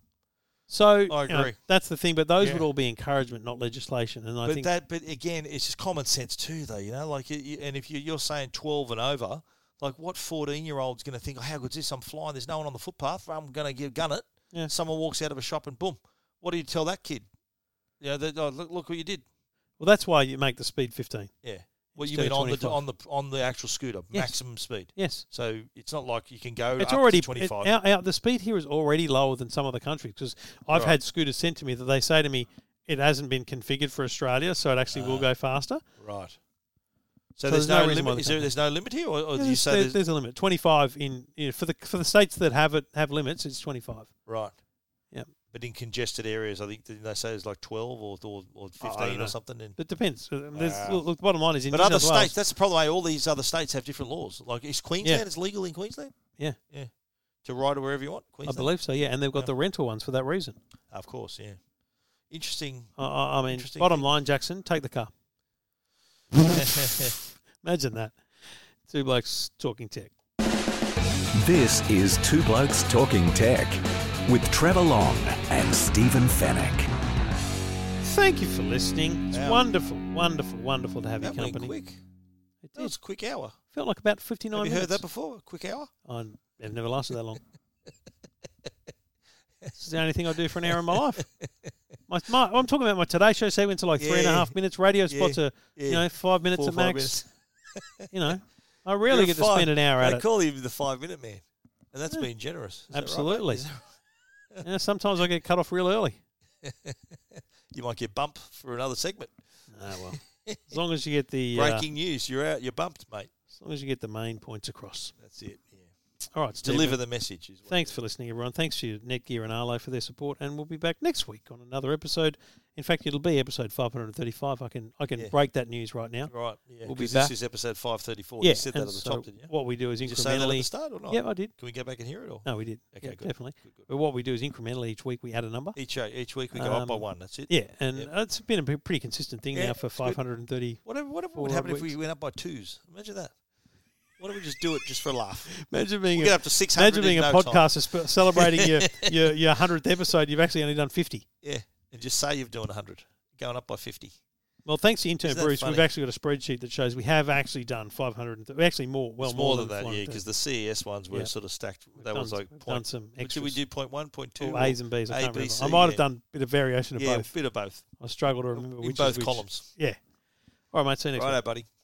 S1: So
S2: I
S1: you know,
S2: agree.
S1: that's the thing, but those
S2: Yeah.
S1: would all be encouragement, not legislation. And I
S2: but
S1: think
S2: that, but again, it's just common sense too, though. You know, like, you, you- and if you, you're saying twelve and over, like, what fourteen-year-old's going to think? Oh, how good's this? I'm flying. There's no one on the footpath. I'm going to give gun it.
S1: Yeah.
S2: Someone walks out of a shop and boom. What do you tell that kid? You know, that, oh, look, look what you did.
S1: well, that's why you make the speed fifteen.
S2: Yeah. Well, you
S1: Instead
S2: mean
S1: of
S2: on the
S1: 25.
S2: on the on the actual scooter,
S1: Yes.
S2: maximum speed.
S1: Yes,
S2: So it's not like you can go.
S1: it's
S2: up to
S1: already it,
S2: twenty-five.
S1: our, our, the speed here is already lower than some other countries because I've
S2: Right.
S1: had scooters sent to me that they say to me it hasn't been configured for Australia, so it actually
S2: Uh,
S1: will go faster.
S2: Right. So,
S1: So
S2: there's,
S1: there's
S2: no,
S1: no reason why
S2: limit.
S1: they
S2: Is there,
S1: can't.
S2: there's no limit here, or,
S1: Yeah,
S2: or do you
S1: there's,
S2: say
S1: there-
S2: there's,
S1: there's a limit twenty five in you know, for the for the states that have it have limits. It's twenty five.
S2: right?
S1: Yep.
S2: But in congested areas, I think didn't they say it's like twelve or or, or fifteen
S1: know.
S2: or something. And,
S1: It depends. Uh, There's,
S2: Wow.
S1: look, the bottom line is in
S2: but
S1: New
S2: other
S1: South Wales-
S2: states, that's the problem. eh? All these other states have different laws. Like is Queensland it's legal in Queensland
S1: yeah,
S2: to ride wherever you want?
S1: I
S2: Queensland,
S1: believe so. Yeah, and they've got
S2: Yeah.
S1: the rental ones for that reason.
S2: of course, yeah. Interesting.
S1: I- I, I mean,
S2: Interesting
S1: bottom
S2: thing.
S1: line, Jackson, take the car. Imagine that. Two blokes talking tech.
S5: This is Two Blokes Talking Tech with Trevor Long and Stephen Fennec.
S1: Thank you for listening. It's
S2: Wow.
S1: wonderful, wonderful, wonderful to have
S2: that
S1: your
S2: went
S1: company.
S2: quick.
S1: It
S2: That
S1: did.
S2: was a quick hour.
S1: felt like about 59
S2: have you
S1: minutes.
S2: heard that before? A quick hour.
S1: I'm- I've never lasted that long. this is the only thing I do for an hour in my life. My, my, I'm talking about my Today Show segments are like three and a
S2: Yeah.
S1: half minutes. Radio spots are,
S2: yeah.
S1: you know, five minutes
S2: Four or
S1: at max.
S2: five minutes.
S1: You know, I rarely
S2: You're
S1: get to
S2: five-
S1: spend an hour at
S2: They
S1: it.
S2: call him the five minute man, and that's being generous. Is that right, mate?
S1: Absolutely.
S2: Is that-
S1: Yeah, sometimes I get cut off real early.
S2: you might get bumped for another segment.
S1: Ah, well. As long as you get the uh,
S2: Breaking news, you're out, you're bumped, mate.
S1: as long as you get the main points across.
S2: That's it. Yeah.
S1: All right, Stephen.
S2: Deliver the message. Is what
S1: Thanks for listening, everyone. Thanks to Netgear and Arlo for their support, and we'll be back next week on another episode. In fact, it'll be episode 535. I can I can
S2: Yeah.
S1: break that news right now.
S2: Right. Yeah,
S1: We'll
S2: 'cause
S1: be
S2: this
S1: back.
S2: is episode 534.
S1: yeah,
S2: you said that at
S1: and
S2: the
S1: so
S2: top, didn't you?
S1: what we do is
S2: Did you say that at the
S1: incrementally.
S2: start or not?
S1: Yeah, I did.
S2: Can we go back and hear it all?
S1: No, we did.
S2: Okay,
S1: yeah,
S2: good.
S1: definitely.
S2: Good, good.
S1: But what we do is incrementally each week we add a number.
S2: Each, uh, each week we go up by
S1: Um,
S2: one. That's it.
S1: Yeah, and
S2: Yep.
S1: it's been a pre- pretty consistent thing
S2: Yeah,
S1: now for
S2: it's good.
S1: 530.
S2: Whatever, whatever
S1: Four
S2: would happen if
S1: weeks.
S2: we went up by twos? Imagine that. Why don't we just do it just for a laugh?
S1: Imagine being
S2: We'll
S1: a,
S2: get up to 600
S1: imagine being
S2: in
S1: a
S2: no time.
S1: podcaster sp- celebrating your, your your 100th episode. You've actually only done 50.
S2: Yeah, and just say you've done 100, going up by 50.
S1: Well, thanks to intern
S2: Isn't that
S1: Bruce, we've
S2: funny?
S1: actually got a spreadsheet that shows we have actually done 500. And th- actually, more. Well,
S2: it's
S1: more,
S2: more, than, that, yeah, because the CES ones were
S1: Yeah.
S2: sort of stacked. That
S1: done
S2: was
S1: s-
S2: like
S1: we've done
S2: point.
S1: some
S2: what Did we
S1: extras.
S2: do point one, point two?
S1: Or
S2: or-
S1: A's and B's. I
S2: A,
S1: can't
S2: B,
S1: remember.
S2: C,
S1: I might
S2: yeah.
S1: have done a bit of variation of
S2: Yeah,
S1: both.
S2: bit of both.
S1: I struggle to remember
S2: In
S1: which is
S2: both
S1: which.
S2: columns.
S1: Yeah. All right, mate. See you next week.
S2: Righto, buddy.